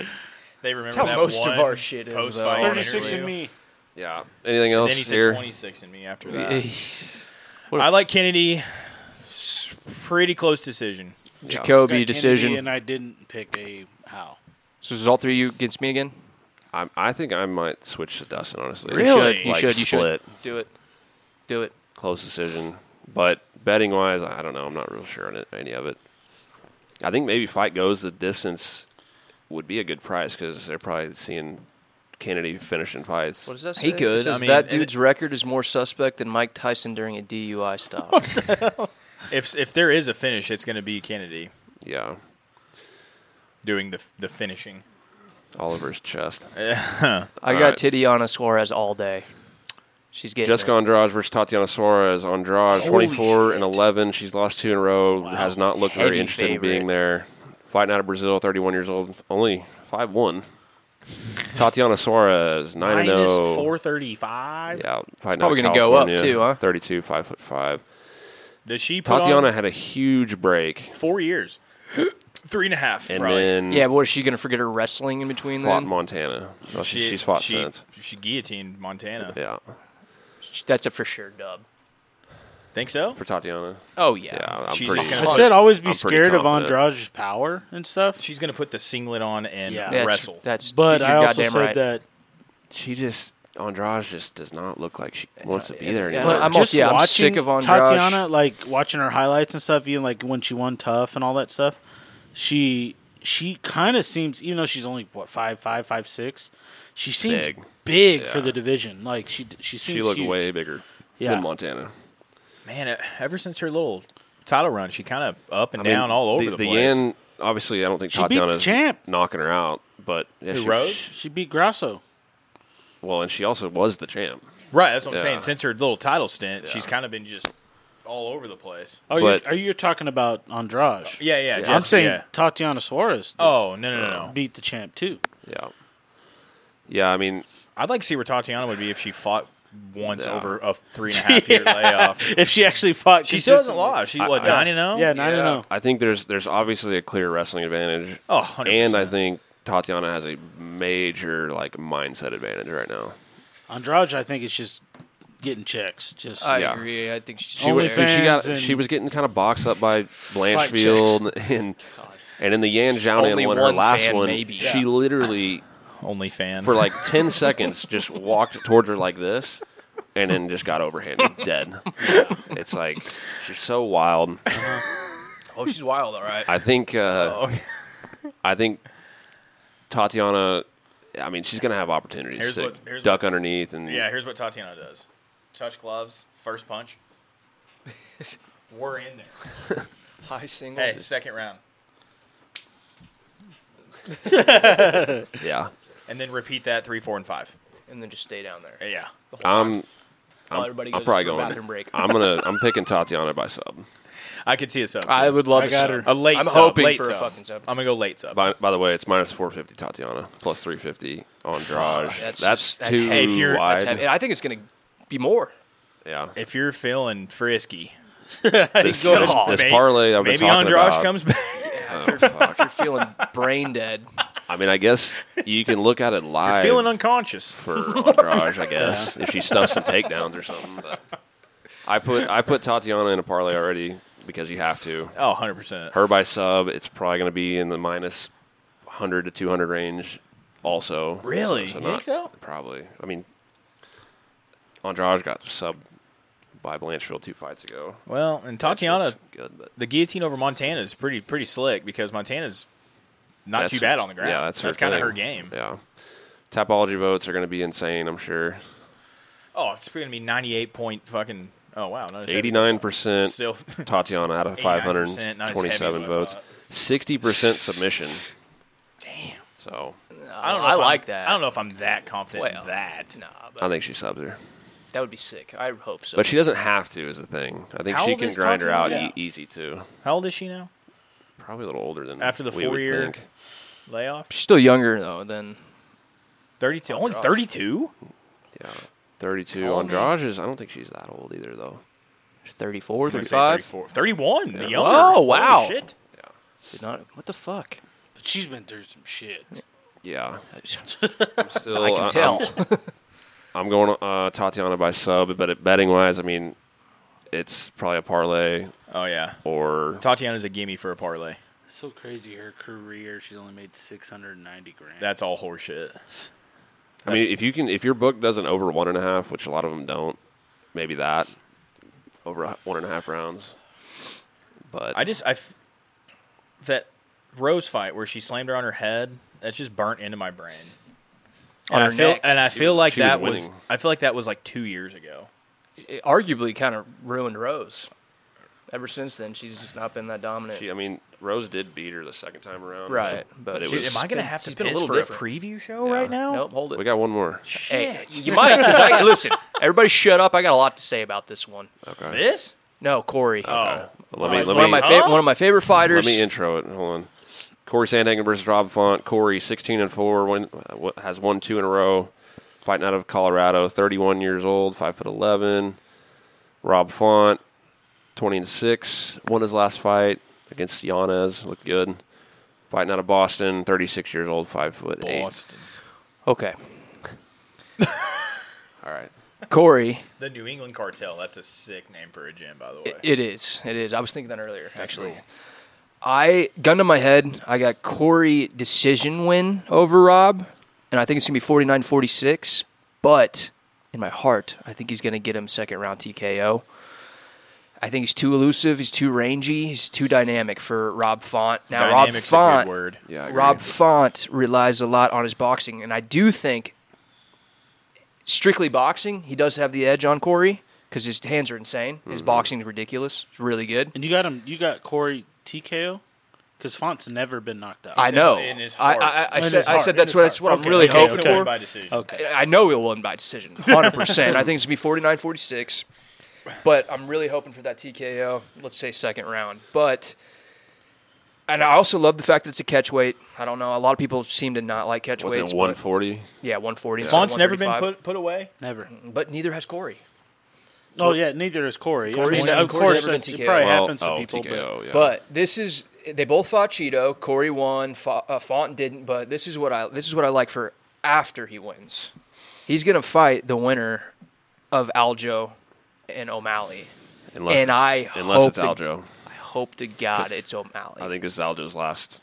[SPEAKER 4] They remember
[SPEAKER 2] how
[SPEAKER 4] that
[SPEAKER 2] most
[SPEAKER 4] one
[SPEAKER 2] of our shit is, though.
[SPEAKER 4] post-fight
[SPEAKER 3] 36
[SPEAKER 4] interview.
[SPEAKER 3] and me.
[SPEAKER 1] Yeah. Anything
[SPEAKER 4] And
[SPEAKER 1] else
[SPEAKER 4] then he said
[SPEAKER 1] here?
[SPEAKER 4] 26 and me after that.
[SPEAKER 2] Jacoby
[SPEAKER 4] I like Kennedy. S- Pretty close decision.
[SPEAKER 3] Got Kennedy
[SPEAKER 2] decision.
[SPEAKER 3] And I didn't pick a how.
[SPEAKER 2] So this is all three of you against me again?
[SPEAKER 1] I, I think I might switch to Dustin honestly.
[SPEAKER 4] Really?
[SPEAKER 2] You should. You
[SPEAKER 1] Like
[SPEAKER 2] should. You
[SPEAKER 1] split.
[SPEAKER 2] should. Do it. Do it.
[SPEAKER 1] Close decision. But betting wise, I don't know. I'm not real sure on it, any of it. I think maybe fight goes the distance would be a good price because they're probably seeing Kennedy finishing fights.
[SPEAKER 2] What does that say?
[SPEAKER 4] He could,
[SPEAKER 2] It says
[SPEAKER 4] I mean,
[SPEAKER 2] that
[SPEAKER 4] and it-
[SPEAKER 2] dude's record is more suspect than Mike Tyson during a DUI stop.
[SPEAKER 4] If if there is a finish, it's going to be Kennedy
[SPEAKER 1] Yeah.
[SPEAKER 4] doing the the finishing.
[SPEAKER 1] Oliver's chest.
[SPEAKER 2] I
[SPEAKER 1] All
[SPEAKER 2] got
[SPEAKER 1] right.
[SPEAKER 2] Titiana Suarez all day. She's getting
[SPEAKER 1] Jessica
[SPEAKER 2] there.
[SPEAKER 1] Andrade versus Tatiana Suarez. Andrade,
[SPEAKER 4] Holy
[SPEAKER 1] 24
[SPEAKER 4] shit.
[SPEAKER 1] and 11. She's lost two in a row. Has not looked
[SPEAKER 2] Heavy
[SPEAKER 1] very interested
[SPEAKER 2] favorite.
[SPEAKER 1] in being there. Fighting out of Brazil, 31 years old, only 5'1. Tatiana Suarez, 9
[SPEAKER 4] Minus
[SPEAKER 1] 0.
[SPEAKER 4] 435.
[SPEAKER 1] Yeah, fighting
[SPEAKER 2] probably
[SPEAKER 1] going
[SPEAKER 2] gonna
[SPEAKER 1] to
[SPEAKER 2] go up too, huh?
[SPEAKER 1] 32, 5 foot 5.
[SPEAKER 4] Does she put
[SPEAKER 1] Tatiana
[SPEAKER 4] on
[SPEAKER 1] had a huge break
[SPEAKER 4] four years? Three and a half,
[SPEAKER 1] and
[SPEAKER 4] probably.
[SPEAKER 1] then
[SPEAKER 2] Yeah, but what, is she going to forget her wrestling in between
[SPEAKER 1] fought
[SPEAKER 2] then?
[SPEAKER 1] Montana. Well, she, she's fought
[SPEAKER 4] she,
[SPEAKER 1] since.
[SPEAKER 4] She guillotined Montana.
[SPEAKER 1] Yeah,
[SPEAKER 2] That's a for sure dub.
[SPEAKER 4] Think so?
[SPEAKER 1] for Tatiana.
[SPEAKER 2] Oh, yeah.
[SPEAKER 1] Yeah, I'm
[SPEAKER 4] She's
[SPEAKER 1] pretty.
[SPEAKER 4] just gonna-
[SPEAKER 3] I
[SPEAKER 4] Well,
[SPEAKER 3] said always
[SPEAKER 1] I'm
[SPEAKER 3] be
[SPEAKER 1] pretty
[SPEAKER 3] scared of
[SPEAKER 1] confident.
[SPEAKER 3] Andrade's power and stuff.
[SPEAKER 4] She's going to put the singlet on and
[SPEAKER 3] Yeah.
[SPEAKER 2] That's,
[SPEAKER 4] wrestle.
[SPEAKER 2] That's
[SPEAKER 3] But
[SPEAKER 2] you're
[SPEAKER 3] I also
[SPEAKER 2] goddamn
[SPEAKER 3] said
[SPEAKER 2] right.
[SPEAKER 3] that
[SPEAKER 1] she just Andrade just does not look like she wants to be there
[SPEAKER 2] yeah,
[SPEAKER 1] anymore.
[SPEAKER 2] I'm
[SPEAKER 3] just
[SPEAKER 2] also- yeah, I'm
[SPEAKER 3] watching
[SPEAKER 2] sick of Andrade.
[SPEAKER 3] Tatiana, like watching her highlights and stuff, even like when she won tough and all that stuff. She she kind of seems, even though she's only what five five five six, she seems big,
[SPEAKER 1] Big.
[SPEAKER 3] for
[SPEAKER 1] Yeah.
[SPEAKER 3] the division. Like she she seems
[SPEAKER 1] she looked
[SPEAKER 3] huge.
[SPEAKER 1] way bigger
[SPEAKER 3] Yeah.
[SPEAKER 1] than Montana.
[SPEAKER 4] Man, e- ever since her little title run, she kind of up and
[SPEAKER 1] I mean,
[SPEAKER 4] down all over
[SPEAKER 1] the,
[SPEAKER 4] the, place.
[SPEAKER 1] Yen, obviously, I don't think
[SPEAKER 3] She beat the
[SPEAKER 1] Tatiana's
[SPEAKER 3] champ.
[SPEAKER 1] knocking her out, but yeah,
[SPEAKER 4] Who,
[SPEAKER 1] she,
[SPEAKER 4] Rose?
[SPEAKER 1] she-
[SPEAKER 3] She beat Grasso.
[SPEAKER 1] well, and she also was the champ.
[SPEAKER 4] right, that's what I'm
[SPEAKER 1] Yeah.
[SPEAKER 4] saying. Since her little title stint, she's kind of been just all over the place.
[SPEAKER 3] Oh,
[SPEAKER 1] But-
[SPEAKER 3] you're, are you talking about Andrade?
[SPEAKER 4] Yeah, yeah.
[SPEAKER 1] I'm
[SPEAKER 4] Jessica,
[SPEAKER 3] I'm saying
[SPEAKER 4] yeah.
[SPEAKER 3] Tatiana Suarez
[SPEAKER 4] Oh no, no, no, no.
[SPEAKER 3] beat the champ too.
[SPEAKER 1] Yeah, yeah. I mean,
[SPEAKER 4] I'd like to see where Tatiana would be if she fought once
[SPEAKER 1] Yeah.
[SPEAKER 4] over a three and a half year layoff.
[SPEAKER 3] If she actually fought,
[SPEAKER 4] She still hasn't
[SPEAKER 3] consistently.
[SPEAKER 4] lost. She's
[SPEAKER 1] I-
[SPEAKER 4] what
[SPEAKER 1] I-
[SPEAKER 4] nine and oh? zero.
[SPEAKER 3] Yeah, nine and zero.
[SPEAKER 1] I think there's there's obviously a clear wrestling advantage.
[SPEAKER 4] Oh, 100%.
[SPEAKER 1] and I think Tatiana has a major like mindset advantage right now.
[SPEAKER 3] Andrade, I think, is just getting checks. Just
[SPEAKER 2] I
[SPEAKER 1] yeah.
[SPEAKER 2] agree. I think she's
[SPEAKER 1] She, wa-
[SPEAKER 3] OnlyFans
[SPEAKER 1] she got
[SPEAKER 3] and-
[SPEAKER 1] she was getting kind of boxed up by Blanchfield and and in the Yan Zhao
[SPEAKER 2] Only
[SPEAKER 1] one her
[SPEAKER 2] one
[SPEAKER 1] last
[SPEAKER 2] fan,
[SPEAKER 1] one
[SPEAKER 2] maybe.
[SPEAKER 1] she
[SPEAKER 2] Yeah.
[SPEAKER 1] literally
[SPEAKER 4] only fan
[SPEAKER 1] for like ten seconds just walked towards her like this and then just got overhanded dead. It's like she's so wild.
[SPEAKER 2] Oh, she's wild, all right.
[SPEAKER 1] I think.
[SPEAKER 4] Oh.
[SPEAKER 1] Uh, I think Tatiana. I mean, she's gonna have opportunities
[SPEAKER 4] Here's
[SPEAKER 1] to
[SPEAKER 4] what- here's
[SPEAKER 1] duck
[SPEAKER 4] what-
[SPEAKER 1] underneath and
[SPEAKER 4] Yeah, here's what Tatiana does: touch gloves, first punch. We're in there.
[SPEAKER 2] High single.
[SPEAKER 4] Hey, second round,
[SPEAKER 1] yeah.
[SPEAKER 4] and then repeat that three, four, and five.
[SPEAKER 2] And then just stay down there.
[SPEAKER 4] Yeah,
[SPEAKER 1] I'm.
[SPEAKER 2] While everybody goes
[SPEAKER 1] I'm probably
[SPEAKER 2] for a
[SPEAKER 1] going.
[SPEAKER 2] bathroom break.
[SPEAKER 1] I'm gonna. I'm picking Tatiana by sub.
[SPEAKER 4] I could see a sub.
[SPEAKER 2] I would love
[SPEAKER 3] I
[SPEAKER 2] a
[SPEAKER 3] got
[SPEAKER 2] sub.
[SPEAKER 3] her.
[SPEAKER 4] a late.
[SPEAKER 2] I'm
[SPEAKER 4] sub,
[SPEAKER 2] hoping
[SPEAKER 4] late
[SPEAKER 2] for
[SPEAKER 4] sub.
[SPEAKER 2] a fucking sub.
[SPEAKER 4] I'm gonna go late sub.
[SPEAKER 1] By, by the way, it's minus 450 Tatiana, plus 350 Andrage. That's,
[SPEAKER 2] that's just- that-
[SPEAKER 1] too
[SPEAKER 4] Hey, if you're-
[SPEAKER 1] wide.
[SPEAKER 2] That's heavy. I think it's going to be more.
[SPEAKER 1] yeah.
[SPEAKER 4] if you're feeling frisky,
[SPEAKER 1] This,
[SPEAKER 4] go
[SPEAKER 1] this,
[SPEAKER 4] to-
[SPEAKER 1] this
[SPEAKER 4] Maybe-
[SPEAKER 1] parlay I've been
[SPEAKER 4] maybe
[SPEAKER 1] talking
[SPEAKER 4] Andrade
[SPEAKER 1] about.
[SPEAKER 4] comes back.
[SPEAKER 1] oh, fuck.
[SPEAKER 2] If you're feeling brain dead,
[SPEAKER 1] I mean, I guess you can look at it
[SPEAKER 4] You're
[SPEAKER 1] live
[SPEAKER 4] feeling unconscious.
[SPEAKER 1] for Andrade, I guess, if she stuffs some takedowns or something. But I put I put Tatiana in a parlay already because you have to.
[SPEAKER 4] Oh, 100 percent.
[SPEAKER 1] Her by sub, it's probably going to be in the minus 100 to 200 range. Also,
[SPEAKER 4] Really? You think so?
[SPEAKER 1] Probably. I mean, Andrade got sub by Blanchfield two fights ago.
[SPEAKER 4] Well, and Tatiana,
[SPEAKER 1] That's good, but
[SPEAKER 4] the guillotine over Montana is pretty pretty slick because Montana's not
[SPEAKER 1] that's-
[SPEAKER 4] too bad on the ground.
[SPEAKER 1] Yeah, that's her
[SPEAKER 4] kind of
[SPEAKER 1] thing.
[SPEAKER 4] her game.
[SPEAKER 1] Yeah, topology votes are going to be insane. I'm sure.
[SPEAKER 4] Oh, it's going to be 98 point fucking. Oh wow, not as heavy as I
[SPEAKER 1] 89
[SPEAKER 4] thought.
[SPEAKER 1] percent
[SPEAKER 4] Still,
[SPEAKER 1] Tatiana out of
[SPEAKER 4] 89%, not as heavy as what
[SPEAKER 1] 527
[SPEAKER 4] I
[SPEAKER 1] votes.
[SPEAKER 4] thought.
[SPEAKER 1] 60% submission.
[SPEAKER 4] damn.
[SPEAKER 1] So
[SPEAKER 4] I don't
[SPEAKER 2] Uh,
[SPEAKER 4] know.
[SPEAKER 2] I
[SPEAKER 4] if I'm-
[SPEAKER 2] like that.
[SPEAKER 4] I don't know if I'm that confident
[SPEAKER 2] Well.
[SPEAKER 4] in that.
[SPEAKER 2] Nah,
[SPEAKER 1] I
[SPEAKER 2] but
[SPEAKER 1] think she subs her.
[SPEAKER 2] that would be sick. I hope so.
[SPEAKER 1] But she doesn't have to, is the thing. I think
[SPEAKER 4] How
[SPEAKER 1] she
[SPEAKER 4] old
[SPEAKER 1] can
[SPEAKER 4] is
[SPEAKER 1] grind her out
[SPEAKER 4] Tatiana?
[SPEAKER 1] e- easy, too.
[SPEAKER 4] How old is she now?
[SPEAKER 1] Probably a little older than
[SPEAKER 4] After the
[SPEAKER 1] we would
[SPEAKER 4] four-year-
[SPEAKER 1] think.
[SPEAKER 4] Layoff.
[SPEAKER 2] She's still younger, though, than.
[SPEAKER 4] 32. Only 32.
[SPEAKER 1] Yeah. 32.
[SPEAKER 2] Call me.
[SPEAKER 1] Andrage is, I don't think she's that old either, though.
[SPEAKER 2] 34,
[SPEAKER 4] I'm gonna say
[SPEAKER 2] 35?
[SPEAKER 4] 34. 31. The younger.
[SPEAKER 2] Oh,
[SPEAKER 4] Holy
[SPEAKER 2] wow.
[SPEAKER 4] shit.
[SPEAKER 2] Did not, what the fuck?
[SPEAKER 3] But she's been through some shit.
[SPEAKER 1] Yeah. Still, uh,
[SPEAKER 2] I can tell.
[SPEAKER 1] I'm, I'm going uh, Tatiana by sub, but at betting wise, I mean, it's probably a parlay
[SPEAKER 4] Oh yeah,
[SPEAKER 1] or
[SPEAKER 4] Tatiana's a gimme for a parlay.
[SPEAKER 3] It's so crazy. Her career, she's only made six hundred ninety grand.
[SPEAKER 4] That's all horseshit.
[SPEAKER 1] I mean,
[SPEAKER 4] That's-
[SPEAKER 1] if you can, if your book doesn't over one and a half, which a lot of them don't, maybe that over a- one and a half rounds. But
[SPEAKER 4] I just I f- that Rose fight where she slammed her on her head. That's just burnt into my brain.
[SPEAKER 2] On
[SPEAKER 4] and
[SPEAKER 2] her
[SPEAKER 4] I feel
[SPEAKER 2] neck.
[SPEAKER 4] and I feel like
[SPEAKER 1] she was
[SPEAKER 4] that was
[SPEAKER 1] winning.
[SPEAKER 4] I feel like that was like two years ago.
[SPEAKER 2] It arguably kind of ruined Rose. Ever since then, she's just not been that dominant.
[SPEAKER 1] she, uh, I mean, Rose did beat her the second time around,
[SPEAKER 2] Right, but
[SPEAKER 1] it
[SPEAKER 2] she-
[SPEAKER 1] was.
[SPEAKER 4] Am I
[SPEAKER 2] been-
[SPEAKER 4] gonna have to
[SPEAKER 2] she's been
[SPEAKER 4] piss
[SPEAKER 2] a little
[SPEAKER 4] for
[SPEAKER 2] different.
[SPEAKER 4] a preview show
[SPEAKER 1] Yeah.
[SPEAKER 4] right now?
[SPEAKER 2] nope, hold it.
[SPEAKER 1] we got one more.
[SPEAKER 2] Hey,
[SPEAKER 4] Shit.
[SPEAKER 2] you might because I listen. Everybody, shut up! I got a lot to say about this one.
[SPEAKER 1] Okay.
[SPEAKER 4] This?
[SPEAKER 2] No, Corey.
[SPEAKER 4] Oh.
[SPEAKER 1] Let
[SPEAKER 2] He's
[SPEAKER 1] me
[SPEAKER 2] one of
[SPEAKER 1] let me
[SPEAKER 2] my favorite.
[SPEAKER 4] Huh?
[SPEAKER 2] One of my favorite
[SPEAKER 1] let
[SPEAKER 2] fighters.
[SPEAKER 1] me intro it. Hold on. Corey Sandhagen versus Rob Font. Corey, sixteen and four, win, uh, wh- has won two in a row. Fighting out of Colorado, thirty-one years old, five foot eleven. Rob Font, twenty and six, won his last fight against Yanez. Looked good. Fighting out of Boston, thirty-six years old, five foot eight.
[SPEAKER 4] Boston.
[SPEAKER 2] okay,
[SPEAKER 1] All right.
[SPEAKER 2] Corey.
[SPEAKER 4] The New England Cartel. That's a sick name for a gym, by the way.
[SPEAKER 2] It is. It is. I was thinking that earlier, actually. I gun to my head, I got Corey decision win over Rob, and I think it's gonna be 49-46, but in my heart, I think he's gonna get him second round TKO. I think he's too elusive, he's too rangy, he's too dynamic for Rob Font. Now
[SPEAKER 4] Dynamic's
[SPEAKER 2] Rob
[SPEAKER 4] a
[SPEAKER 2] Font
[SPEAKER 4] good word.
[SPEAKER 1] Yeah. I agree.
[SPEAKER 2] Rob Font relies a lot on his boxing, and I do think strictly boxing, he does have the edge on Corey because his hands are insane. His
[SPEAKER 1] Mm-hmm.
[SPEAKER 2] boxing is ridiculous. It's really good.
[SPEAKER 3] and you got him. You got Corey TKO because Font's never been knocked out.
[SPEAKER 2] I know.
[SPEAKER 4] in his
[SPEAKER 2] I,
[SPEAKER 4] heart.
[SPEAKER 2] I, I,
[SPEAKER 3] In
[SPEAKER 2] said,
[SPEAKER 3] his
[SPEAKER 2] I said
[SPEAKER 3] heart.
[SPEAKER 2] that's
[SPEAKER 3] In
[SPEAKER 2] what
[SPEAKER 3] his
[SPEAKER 2] that's what
[SPEAKER 3] heart.
[SPEAKER 2] I'm really
[SPEAKER 3] Okay,
[SPEAKER 2] hoping
[SPEAKER 3] okay.
[SPEAKER 2] for.
[SPEAKER 4] by decision.
[SPEAKER 3] Okay.
[SPEAKER 2] I know he'll win by decision, 100. percent I think it's gonna be 49 46, but I'm really hoping for that TKO. Let's say second round, but. And I also love the fact that it's a catch weight. I don't know. A lot of people seem to not like catch
[SPEAKER 1] Was
[SPEAKER 2] weights.
[SPEAKER 1] it
[SPEAKER 2] but-
[SPEAKER 1] one forty?
[SPEAKER 2] Yeah, 140. instead of
[SPEAKER 4] Font's never been
[SPEAKER 2] 135.
[SPEAKER 4] put put away.
[SPEAKER 3] Never.
[SPEAKER 2] But neither has Corey.
[SPEAKER 3] Oh yeah, neither is Corey.
[SPEAKER 2] Corey's
[SPEAKER 3] I mean,
[SPEAKER 2] never-
[SPEAKER 3] of
[SPEAKER 2] Corey's
[SPEAKER 3] course,
[SPEAKER 2] never been
[SPEAKER 3] that's- it
[SPEAKER 2] TKO.
[SPEAKER 3] probably
[SPEAKER 1] Well,
[SPEAKER 3] happens to
[SPEAKER 1] oh,
[SPEAKER 3] people.
[SPEAKER 1] TKO, yeah.
[SPEAKER 2] But this is they both fought Cheeto. Corey won. Fa- uh, Font didn't. But this is what I this is what I like for after he wins. He's gonna fight the winner of Aljo and O'Malley.
[SPEAKER 1] unless,
[SPEAKER 2] and I
[SPEAKER 1] unless it's
[SPEAKER 2] hope
[SPEAKER 1] Aljo.
[SPEAKER 2] I hope to God it's O'Malley.
[SPEAKER 1] I think this is Aljo's last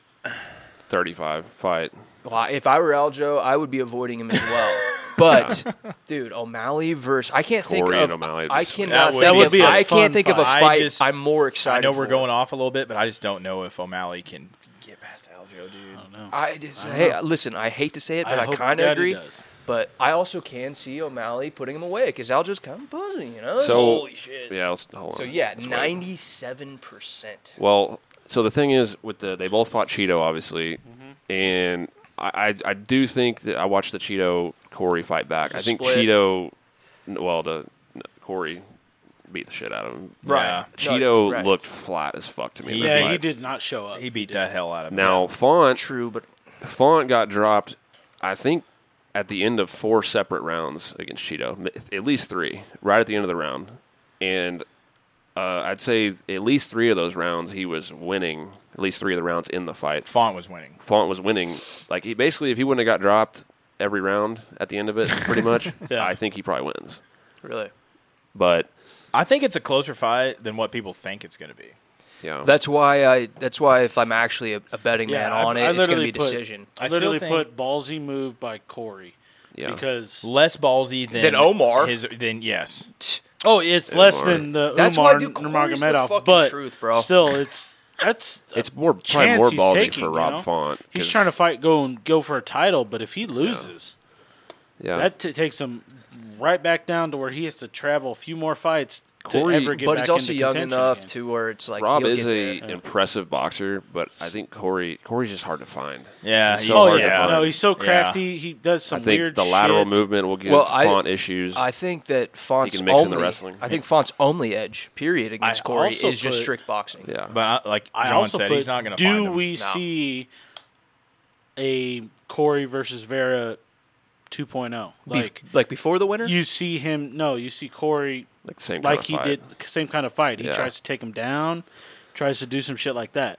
[SPEAKER 1] thirty-five fight.
[SPEAKER 2] Well, if I were Aljo, I would be avoiding him as well. But dude, O'Malley versus I can't think
[SPEAKER 1] Corey
[SPEAKER 2] of
[SPEAKER 1] and O'Malley would
[SPEAKER 2] I
[SPEAKER 1] be sweet.
[SPEAKER 2] cannot
[SPEAKER 4] That would
[SPEAKER 2] think
[SPEAKER 4] be
[SPEAKER 2] of,
[SPEAKER 4] a
[SPEAKER 2] I
[SPEAKER 3] fun
[SPEAKER 2] can't think of a
[SPEAKER 4] fight. I
[SPEAKER 2] fight
[SPEAKER 4] just-
[SPEAKER 2] I'm more excited.
[SPEAKER 4] I know we're
[SPEAKER 2] for.
[SPEAKER 4] going off a little bit, but I just don't know if O'Malley can get past Aljo, dude.
[SPEAKER 2] I just hey, listen. I hate to say it, but I,
[SPEAKER 3] hope
[SPEAKER 2] kind
[SPEAKER 3] to
[SPEAKER 2] of
[SPEAKER 3] God he
[SPEAKER 2] agree.
[SPEAKER 3] does.
[SPEAKER 2] But I also can see O'Malley putting him away because Aljo's kind of buzzing, you know.
[SPEAKER 1] So
[SPEAKER 4] Holy shit.
[SPEAKER 1] yeah, let's, hold on.
[SPEAKER 2] so yeah,
[SPEAKER 1] Let's wait.
[SPEAKER 2] ninety-seven percent.
[SPEAKER 1] Well, so the thing is with the they both fought Cheeto obviously,
[SPEAKER 2] Mm-hmm.
[SPEAKER 1] and I, I I do think that I watched the Cheeto Corey fight back. I think
[SPEAKER 2] split.
[SPEAKER 1] Cheeto, well the no, Corey beat the shit out of him.
[SPEAKER 4] Right. Yeah.
[SPEAKER 1] Cheeto
[SPEAKER 2] No, right.
[SPEAKER 1] looked flat as fuck to me. in that
[SPEAKER 3] Yeah, he
[SPEAKER 1] fight.
[SPEAKER 3] did not show up.
[SPEAKER 4] He beat the hell out of him.
[SPEAKER 1] Now Font
[SPEAKER 2] True, but
[SPEAKER 1] Font got dropped, I think, at the end of four separate rounds against Cheeto, m- at least three, right at the end of the round, and uh, I'd say at least three of those rounds he was winning. At least three of the rounds in the fight,
[SPEAKER 4] Font was winning.
[SPEAKER 1] Font was winning. Like he basically, if he wouldn't have got dropped every round at the end of it, pretty much,
[SPEAKER 3] Yeah.
[SPEAKER 1] I think he probably wins.
[SPEAKER 2] really,
[SPEAKER 1] But
[SPEAKER 4] I think it's a closer fight than what people think it's going to be.
[SPEAKER 1] yeah,
[SPEAKER 2] that's why I. That's why if I'm actually a, a betting
[SPEAKER 3] Yeah,
[SPEAKER 2] man
[SPEAKER 3] I-
[SPEAKER 2] on
[SPEAKER 3] I
[SPEAKER 2] it, it's going to
[SPEAKER 3] literally
[SPEAKER 2] be a
[SPEAKER 3] put-
[SPEAKER 2] decision.
[SPEAKER 3] I
[SPEAKER 4] I still
[SPEAKER 3] literally put
[SPEAKER 4] think-
[SPEAKER 3] ballsy move by Corey
[SPEAKER 1] yeah.
[SPEAKER 3] because
[SPEAKER 4] Less ballsy than
[SPEAKER 2] Than Omar.
[SPEAKER 4] His, than yes,
[SPEAKER 3] oh, it's less than the
[SPEAKER 2] That's why,
[SPEAKER 3] Umar
[SPEAKER 2] dude, Corey's the
[SPEAKER 3] Nurmagomedov,
[SPEAKER 2] fucking
[SPEAKER 3] but
[SPEAKER 2] truth, bro.
[SPEAKER 3] still, it's that's
[SPEAKER 1] it's more probably
[SPEAKER 3] chance
[SPEAKER 1] more
[SPEAKER 3] he's
[SPEAKER 1] ballsy
[SPEAKER 3] taking,
[SPEAKER 1] for
[SPEAKER 3] you
[SPEAKER 1] Rob
[SPEAKER 3] know?
[SPEAKER 1] Font.
[SPEAKER 3] He's
[SPEAKER 1] 'cause-
[SPEAKER 3] trying to fight, go and go for a title, but if he loses,
[SPEAKER 1] yeah.
[SPEAKER 3] that t- takes him right back down to where he has to travel a few more fights
[SPEAKER 1] Corey-
[SPEAKER 3] to ever get
[SPEAKER 2] But
[SPEAKER 3] back
[SPEAKER 2] he's also
[SPEAKER 3] into
[SPEAKER 2] young
[SPEAKER 3] contention
[SPEAKER 2] enough
[SPEAKER 3] again.
[SPEAKER 2] to where it's like
[SPEAKER 1] Rob
[SPEAKER 2] he'll
[SPEAKER 1] is
[SPEAKER 2] get
[SPEAKER 1] a
[SPEAKER 2] there.
[SPEAKER 1] impressive boxer, but I think Corey Corey's just hard to find.
[SPEAKER 4] yeah.
[SPEAKER 1] He's
[SPEAKER 4] he's
[SPEAKER 1] so
[SPEAKER 3] Oh
[SPEAKER 1] hard to
[SPEAKER 3] yeah,
[SPEAKER 1] find.
[SPEAKER 3] no, he's so
[SPEAKER 4] Yeah.
[SPEAKER 3] crafty. He does some
[SPEAKER 1] I think
[SPEAKER 3] weird.
[SPEAKER 1] the lateral
[SPEAKER 3] shit.
[SPEAKER 1] movement will give
[SPEAKER 2] Well, I-
[SPEAKER 1] Font issues.
[SPEAKER 2] I think that Font's
[SPEAKER 1] can mix in
[SPEAKER 2] only,
[SPEAKER 1] the wrestling.
[SPEAKER 2] I think Font's only edge, period, against
[SPEAKER 3] I
[SPEAKER 2] Corey is
[SPEAKER 3] also
[SPEAKER 2] just
[SPEAKER 3] put-
[SPEAKER 2] strict boxing.
[SPEAKER 1] yeah,
[SPEAKER 4] But I, like
[SPEAKER 3] I
[SPEAKER 4] John
[SPEAKER 3] also
[SPEAKER 4] said,
[SPEAKER 3] put,
[SPEAKER 4] he's not going to.
[SPEAKER 3] Do
[SPEAKER 4] find him.
[SPEAKER 3] we see a Corey versus Vera 2.0?
[SPEAKER 2] Bef-
[SPEAKER 3] Like
[SPEAKER 2] like before the winner,
[SPEAKER 3] you see him? No, you see Corey
[SPEAKER 1] like the same kind
[SPEAKER 3] like
[SPEAKER 1] of
[SPEAKER 3] he
[SPEAKER 1] fight.
[SPEAKER 3] did, same kind of fight. He
[SPEAKER 1] Yeah.
[SPEAKER 3] tries to take him down, tries to do some shit like that.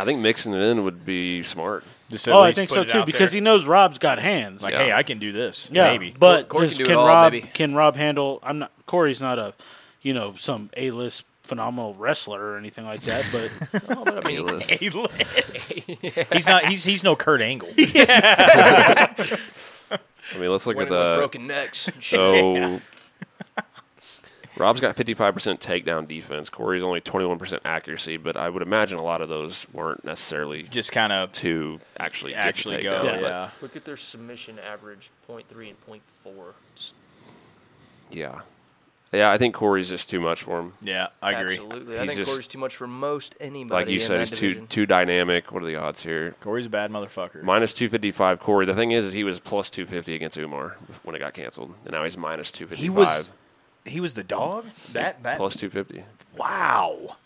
[SPEAKER 1] I think mixing it in would be smart.
[SPEAKER 4] Just at
[SPEAKER 3] Oh, I
[SPEAKER 4] least
[SPEAKER 3] think
[SPEAKER 4] put
[SPEAKER 3] so
[SPEAKER 4] it
[SPEAKER 3] too
[SPEAKER 4] out
[SPEAKER 3] because
[SPEAKER 4] there.
[SPEAKER 3] he knows Rob's got hands.
[SPEAKER 4] like,
[SPEAKER 1] Yeah.
[SPEAKER 4] hey, I can do this.
[SPEAKER 3] yeah,
[SPEAKER 4] maybe.
[SPEAKER 3] but
[SPEAKER 2] Corey
[SPEAKER 3] does,
[SPEAKER 2] can
[SPEAKER 3] can,
[SPEAKER 2] do it all,
[SPEAKER 3] Rob
[SPEAKER 2] maybe.
[SPEAKER 3] can Rob handle? I'm not. Corey's not a, you know, some A list phenomenal wrestler or anything like that. But
[SPEAKER 2] I mean,
[SPEAKER 4] A list. he's not. He's he's no Kurt Angle.
[SPEAKER 1] I mean, let's look at
[SPEAKER 2] winning
[SPEAKER 1] the
[SPEAKER 2] with broken necks. and shit.
[SPEAKER 1] So Rob's got 55% takedown defense. Corey's only 21% accuracy, but I would imagine a lot of those weren't necessarily
[SPEAKER 4] Just kind of
[SPEAKER 1] to actually get the
[SPEAKER 4] actually go.
[SPEAKER 1] takedown,
[SPEAKER 3] Yeah.
[SPEAKER 1] but-
[SPEAKER 4] yeah.
[SPEAKER 5] Look at their submission average, 0.3 and 0.4. It's
[SPEAKER 1] yeah. Yeah, I think Corey's just too much for him.
[SPEAKER 4] Yeah, I agree.
[SPEAKER 2] Absolutely. I
[SPEAKER 1] He's
[SPEAKER 2] think
[SPEAKER 1] just-
[SPEAKER 2] Corey's too much for most anybody.
[SPEAKER 1] Like you
[SPEAKER 2] in
[SPEAKER 1] said,
[SPEAKER 2] that
[SPEAKER 1] he's too
[SPEAKER 2] division.
[SPEAKER 1] too dynamic. What are the odds here?
[SPEAKER 4] Corey's a bad motherfucker.
[SPEAKER 1] Minus 255 Corey. The thing is, is he was plus 250 against Umar when it got canceled, and now he's minus 255.
[SPEAKER 4] he was he was the dog. That that
[SPEAKER 1] plus 250.
[SPEAKER 4] wow.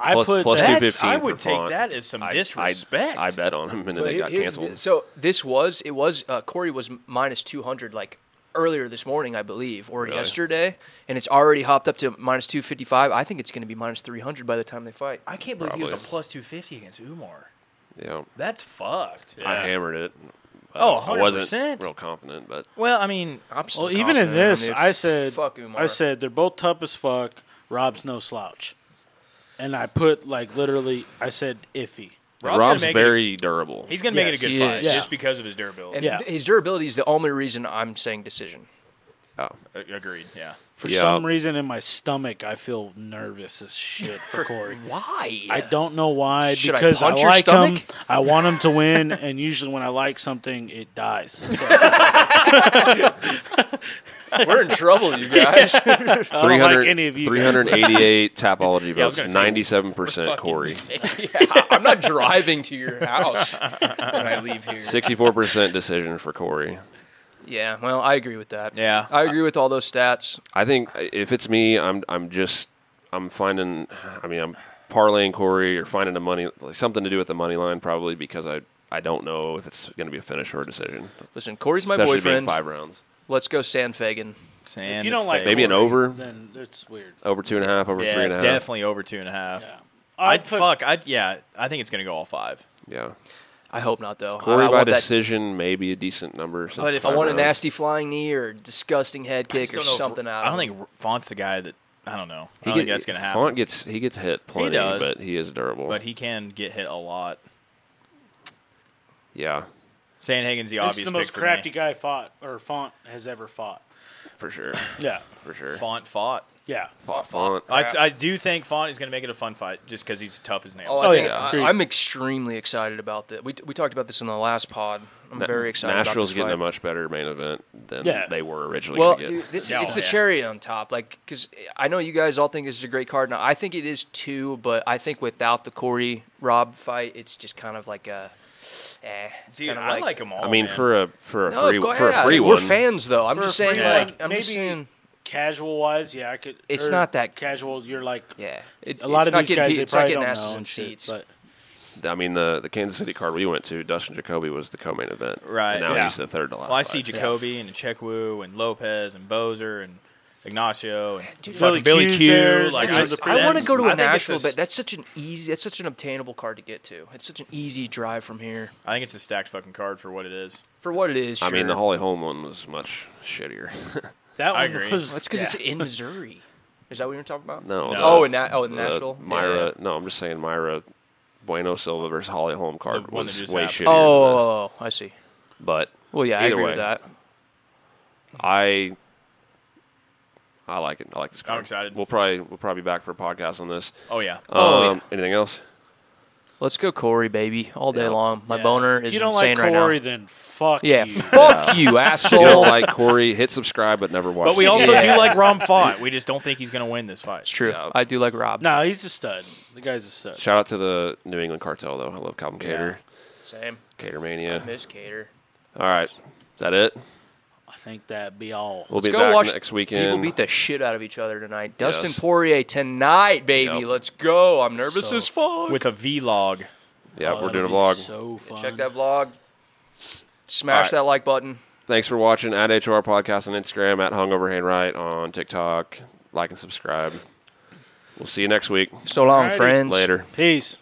[SPEAKER 3] I
[SPEAKER 1] Plus-
[SPEAKER 3] put
[SPEAKER 1] plus
[SPEAKER 3] that-
[SPEAKER 1] two-
[SPEAKER 4] That's,
[SPEAKER 1] 215
[SPEAKER 4] I
[SPEAKER 1] for
[SPEAKER 4] would take
[SPEAKER 1] Font.
[SPEAKER 4] that as some
[SPEAKER 1] I- I-
[SPEAKER 4] disrespect.
[SPEAKER 1] I, bet on him, and then
[SPEAKER 2] But
[SPEAKER 1] it
[SPEAKER 2] here-
[SPEAKER 1] got
[SPEAKER 2] here's the-
[SPEAKER 1] canceled.
[SPEAKER 2] so this was it was uh, Corey was m- minus two hundred like earlier this morning, I believe, or
[SPEAKER 1] Really?
[SPEAKER 2] yesterday, and it's already hopped up to minus two fifty five. I think it's going to be minus three hundred by the time they fight.
[SPEAKER 4] I can't believe he was a
[SPEAKER 1] Probably.
[SPEAKER 4] plus two fifty against Umar.
[SPEAKER 1] yeah.
[SPEAKER 4] That's fucked.
[SPEAKER 1] I hammered it.
[SPEAKER 4] Oh,
[SPEAKER 1] I wasn't
[SPEAKER 4] 100%.
[SPEAKER 1] real confident, but
[SPEAKER 4] Well, I mean,
[SPEAKER 2] I'm still
[SPEAKER 3] Well, even in
[SPEAKER 2] confident.
[SPEAKER 3] this,
[SPEAKER 2] mean,
[SPEAKER 3] I said,
[SPEAKER 2] fuck Umar.
[SPEAKER 3] I said they're both tough as fuck. Rob's no slouch, and I put like literally, I said iffy.
[SPEAKER 4] Rob's,
[SPEAKER 1] Rob's,
[SPEAKER 4] gonna make
[SPEAKER 1] very durable.
[SPEAKER 4] It, he's gonna
[SPEAKER 3] Yes.
[SPEAKER 4] make it a good
[SPEAKER 2] Yeah.
[SPEAKER 4] fight
[SPEAKER 3] Yeah.
[SPEAKER 4] just because of his durability.
[SPEAKER 2] and
[SPEAKER 3] yeah.
[SPEAKER 2] his durability is the only reason I'm saying decision.
[SPEAKER 1] Yeah.
[SPEAKER 4] A- Agreed. Yeah.
[SPEAKER 3] For
[SPEAKER 1] Yeah.
[SPEAKER 3] some reason, in my stomach, I feel nervous as shit for Corey.
[SPEAKER 2] Why?
[SPEAKER 3] I don't know why.
[SPEAKER 2] Should I
[SPEAKER 3] because I,
[SPEAKER 2] punch your
[SPEAKER 3] like him.
[SPEAKER 2] stomach?
[SPEAKER 3] I want him to win, and usually when I like something, it dies.
[SPEAKER 2] We're in trouble, you guys.
[SPEAKER 1] 300
[SPEAKER 3] like any of you guys.
[SPEAKER 1] 388 Tapology
[SPEAKER 4] Yeah, I was
[SPEAKER 1] votes,
[SPEAKER 4] gonna say,
[SPEAKER 1] 97%
[SPEAKER 4] Fucking
[SPEAKER 1] Corey,
[SPEAKER 4] sick.
[SPEAKER 2] yeah, I'm not driving to your house when I leave here.
[SPEAKER 1] 64% decision for Corey.
[SPEAKER 2] Yeah, well, I agree with that.
[SPEAKER 4] Yeah.
[SPEAKER 2] I agree with all those stats.
[SPEAKER 1] I think uh, if it's me, I'm I'm just I'm finding. I mean, I'm parlaying Corey or finding a money like something to do with the money line probably because I I don't know if it's going to be a finish or a decision,
[SPEAKER 2] Listen, Corey's my
[SPEAKER 1] especially being
[SPEAKER 2] boyfriend.
[SPEAKER 1] five rounds.
[SPEAKER 2] Let's go, Sand Fagan.
[SPEAKER 4] Sand
[SPEAKER 3] if you don't like
[SPEAKER 4] fake.
[SPEAKER 1] Maybe an
[SPEAKER 3] Corey,
[SPEAKER 1] over?
[SPEAKER 3] then it's weird.
[SPEAKER 1] Over two and a half, over
[SPEAKER 4] yeah,
[SPEAKER 1] three and a half.
[SPEAKER 4] definitely over two and a half.
[SPEAKER 3] I
[SPEAKER 4] I'd
[SPEAKER 3] put,
[SPEAKER 4] fuck. I'd yeah. I think it's gonna go all five.
[SPEAKER 1] Yeah,
[SPEAKER 2] I hope not, though.
[SPEAKER 1] Corey
[SPEAKER 2] I, I
[SPEAKER 1] by
[SPEAKER 2] want that-
[SPEAKER 1] decision, maybe a decent number. since
[SPEAKER 4] But if
[SPEAKER 1] it's
[SPEAKER 2] I
[SPEAKER 1] five
[SPEAKER 2] want a
[SPEAKER 1] rounds.
[SPEAKER 2] nasty flying knee or disgusting head
[SPEAKER 4] I
[SPEAKER 2] kick
[SPEAKER 4] just
[SPEAKER 2] or
[SPEAKER 4] don't know if-
[SPEAKER 2] something out.
[SPEAKER 4] I
[SPEAKER 2] of
[SPEAKER 4] don't
[SPEAKER 2] him.
[SPEAKER 4] think Font's the guy that. I don't know. I
[SPEAKER 1] He
[SPEAKER 4] don't think
[SPEAKER 1] get-
[SPEAKER 4] that's gonna happen.
[SPEAKER 1] Font gets he gets hit plenty,
[SPEAKER 4] does.
[SPEAKER 1] but he is durable.
[SPEAKER 4] But he can get hit a lot.
[SPEAKER 1] yeah,
[SPEAKER 4] Sandhagen's the
[SPEAKER 3] This
[SPEAKER 4] obvious
[SPEAKER 3] is the most
[SPEAKER 4] pick for
[SPEAKER 3] crafty
[SPEAKER 4] me.
[SPEAKER 3] guy fought or font has ever fought.
[SPEAKER 1] for sure,
[SPEAKER 3] Yeah,
[SPEAKER 1] for sure.
[SPEAKER 4] Font fought.
[SPEAKER 3] yeah.
[SPEAKER 1] Font, Font.
[SPEAKER 4] I, I do think Font is going to make it a fun fight just because he's tough as nails.
[SPEAKER 2] Oh, I
[SPEAKER 3] Oh,
[SPEAKER 2] think
[SPEAKER 3] yeah,
[SPEAKER 2] I,
[SPEAKER 3] agreed.
[SPEAKER 2] I'm extremely excited about this. We, t- we talked about this in the last pod. I'm very excited.
[SPEAKER 1] Nashville's
[SPEAKER 2] about this
[SPEAKER 1] getting a
[SPEAKER 2] fight.
[SPEAKER 1] much better main event than
[SPEAKER 3] Yeah.
[SPEAKER 1] they were originally.
[SPEAKER 2] Well,
[SPEAKER 1] gonna get.
[SPEAKER 2] dude, this
[SPEAKER 4] Yeah.
[SPEAKER 2] it's the
[SPEAKER 4] Yeah.
[SPEAKER 2] cherry on top. Like, because I know you guys all think this is a great card. Now, I think it is too, but I think without the Corey Rob fight, it's just kind of like a. Eh, it's
[SPEAKER 4] Dude,
[SPEAKER 2] kind of
[SPEAKER 4] I like him all.
[SPEAKER 1] I mean,
[SPEAKER 4] Oh, man.
[SPEAKER 1] for a for a
[SPEAKER 2] No,
[SPEAKER 1] free
[SPEAKER 2] go
[SPEAKER 1] for a
[SPEAKER 2] ahead.
[SPEAKER 1] free
[SPEAKER 2] We're
[SPEAKER 1] one,
[SPEAKER 2] fans, though. I'm
[SPEAKER 3] For a
[SPEAKER 2] just
[SPEAKER 3] free
[SPEAKER 2] saying,
[SPEAKER 3] one,
[SPEAKER 2] like, I'm just
[SPEAKER 3] maybe-
[SPEAKER 2] saying,
[SPEAKER 3] Casual wise, yeah, I could.
[SPEAKER 2] It's
[SPEAKER 3] or
[SPEAKER 2] not that-
[SPEAKER 3] casual. You're like
[SPEAKER 2] yeah. It-
[SPEAKER 3] a lot
[SPEAKER 2] it's
[SPEAKER 3] of
[SPEAKER 2] not
[SPEAKER 3] these
[SPEAKER 2] getting
[SPEAKER 3] guys.
[SPEAKER 2] pe-
[SPEAKER 3] They
[SPEAKER 2] it's not
[SPEAKER 3] probably
[SPEAKER 2] getting
[SPEAKER 3] don't
[SPEAKER 2] asses
[SPEAKER 3] know
[SPEAKER 2] in
[SPEAKER 3] and shit.
[SPEAKER 2] seats.
[SPEAKER 3] But
[SPEAKER 1] I mean the the Kansas City card we went to, Dustin Jacoby was the co-main event.
[SPEAKER 4] Right,
[SPEAKER 1] And now
[SPEAKER 4] yeah.
[SPEAKER 1] he's the third to last.
[SPEAKER 4] well, I see
[SPEAKER 1] fight.
[SPEAKER 4] Jacoby and Chekwu and Lopez and Bozer and Ignacio and
[SPEAKER 2] Dude,
[SPEAKER 4] fucking
[SPEAKER 3] Billy
[SPEAKER 4] Billy
[SPEAKER 3] Q's
[SPEAKER 4] Q.
[SPEAKER 3] there.
[SPEAKER 4] like,
[SPEAKER 3] Dude,
[SPEAKER 4] I,
[SPEAKER 3] the-
[SPEAKER 2] I want to go to
[SPEAKER 4] a
[SPEAKER 2] a Nashville, but that's such an easy, that's such an obtainable card to get to. It's such an easy drive from here
[SPEAKER 4] I think it's a stacked fucking card for what it is.
[SPEAKER 2] for what it is.
[SPEAKER 1] I mean the
[SPEAKER 2] sure.
[SPEAKER 1] Holly Holm one was much shittier.
[SPEAKER 3] that
[SPEAKER 4] I
[SPEAKER 3] one
[SPEAKER 4] agree.
[SPEAKER 3] was.
[SPEAKER 2] That's because
[SPEAKER 3] yeah.
[SPEAKER 2] it's in Missouri. Is that what you're talking about?
[SPEAKER 1] no.
[SPEAKER 4] No.
[SPEAKER 1] the-
[SPEAKER 2] Oh, in Na- oh, in
[SPEAKER 1] the
[SPEAKER 2] Nashville. Yeah,
[SPEAKER 1] Myra.
[SPEAKER 2] yeah.
[SPEAKER 1] No, I'm just saying Myra. Bueno Silva versus Holly Holm card
[SPEAKER 4] The one that
[SPEAKER 1] was
[SPEAKER 4] just
[SPEAKER 1] way
[SPEAKER 4] happened.
[SPEAKER 1] shittier. than this.
[SPEAKER 2] Oh, I see.
[SPEAKER 1] but
[SPEAKER 2] Well, yeah, I
[SPEAKER 1] Either
[SPEAKER 2] agree
[SPEAKER 1] way.
[SPEAKER 2] with that.
[SPEAKER 1] I I like it. I like this card.
[SPEAKER 4] excited.
[SPEAKER 1] We'll probably we'll probably be back for a podcast on this.
[SPEAKER 4] Oh yeah,
[SPEAKER 2] Oh,
[SPEAKER 1] Um, Anything else?
[SPEAKER 2] Let's go, Corey, baby, all day
[SPEAKER 1] Yeah.
[SPEAKER 2] long. My
[SPEAKER 3] Yeah.
[SPEAKER 2] boner
[SPEAKER 3] If
[SPEAKER 2] is
[SPEAKER 3] you don't
[SPEAKER 2] insane
[SPEAKER 3] like Corey,
[SPEAKER 2] right now.
[SPEAKER 3] then fuck
[SPEAKER 2] Yeah,
[SPEAKER 3] you.
[SPEAKER 2] fuck you,
[SPEAKER 1] If
[SPEAKER 2] asshole.
[SPEAKER 1] you don't like Corey, hit subscribe, but never watch.
[SPEAKER 4] but we
[SPEAKER 1] the
[SPEAKER 4] also
[SPEAKER 1] video.
[SPEAKER 4] do like Rom Font. We just don't think he's going to win this
[SPEAKER 2] It's
[SPEAKER 4] fight.
[SPEAKER 2] true.
[SPEAKER 1] Yeah.
[SPEAKER 2] I do like Rob.
[SPEAKER 3] No, he's a stud. The guy's a stud.
[SPEAKER 1] shout out to the New England Cartel though. I love Calvin Cater,
[SPEAKER 2] Same.
[SPEAKER 1] Cater Mania.
[SPEAKER 2] Miss Cater.
[SPEAKER 1] All right, is that it?
[SPEAKER 3] I think that'd be all.
[SPEAKER 1] We'll
[SPEAKER 2] Let's
[SPEAKER 1] be
[SPEAKER 2] go
[SPEAKER 1] back
[SPEAKER 2] watch
[SPEAKER 1] next
[SPEAKER 2] People
[SPEAKER 1] weekend.
[SPEAKER 2] beat the shit out of each other tonight.
[SPEAKER 1] Yes.
[SPEAKER 2] Dustin Poirier tonight, baby.
[SPEAKER 1] Yep.
[SPEAKER 2] Let's go. I'm nervous
[SPEAKER 3] So-
[SPEAKER 2] as fuck.
[SPEAKER 4] With a vlog.
[SPEAKER 1] yeah,
[SPEAKER 3] Oh,
[SPEAKER 1] we're
[SPEAKER 3] that'll
[SPEAKER 1] doing a
[SPEAKER 3] be
[SPEAKER 1] vlog.
[SPEAKER 3] So fun.
[SPEAKER 2] Check that vlog. Smash
[SPEAKER 1] Alright.
[SPEAKER 2] that like button.
[SPEAKER 1] Thanks for watching at HR Podcast on Instagram, at Hungover Handwrite on TikTok. Like and subscribe. We'll see you next week.
[SPEAKER 2] So long,
[SPEAKER 3] Alrighty.
[SPEAKER 2] friends.
[SPEAKER 1] Later.
[SPEAKER 3] Peace.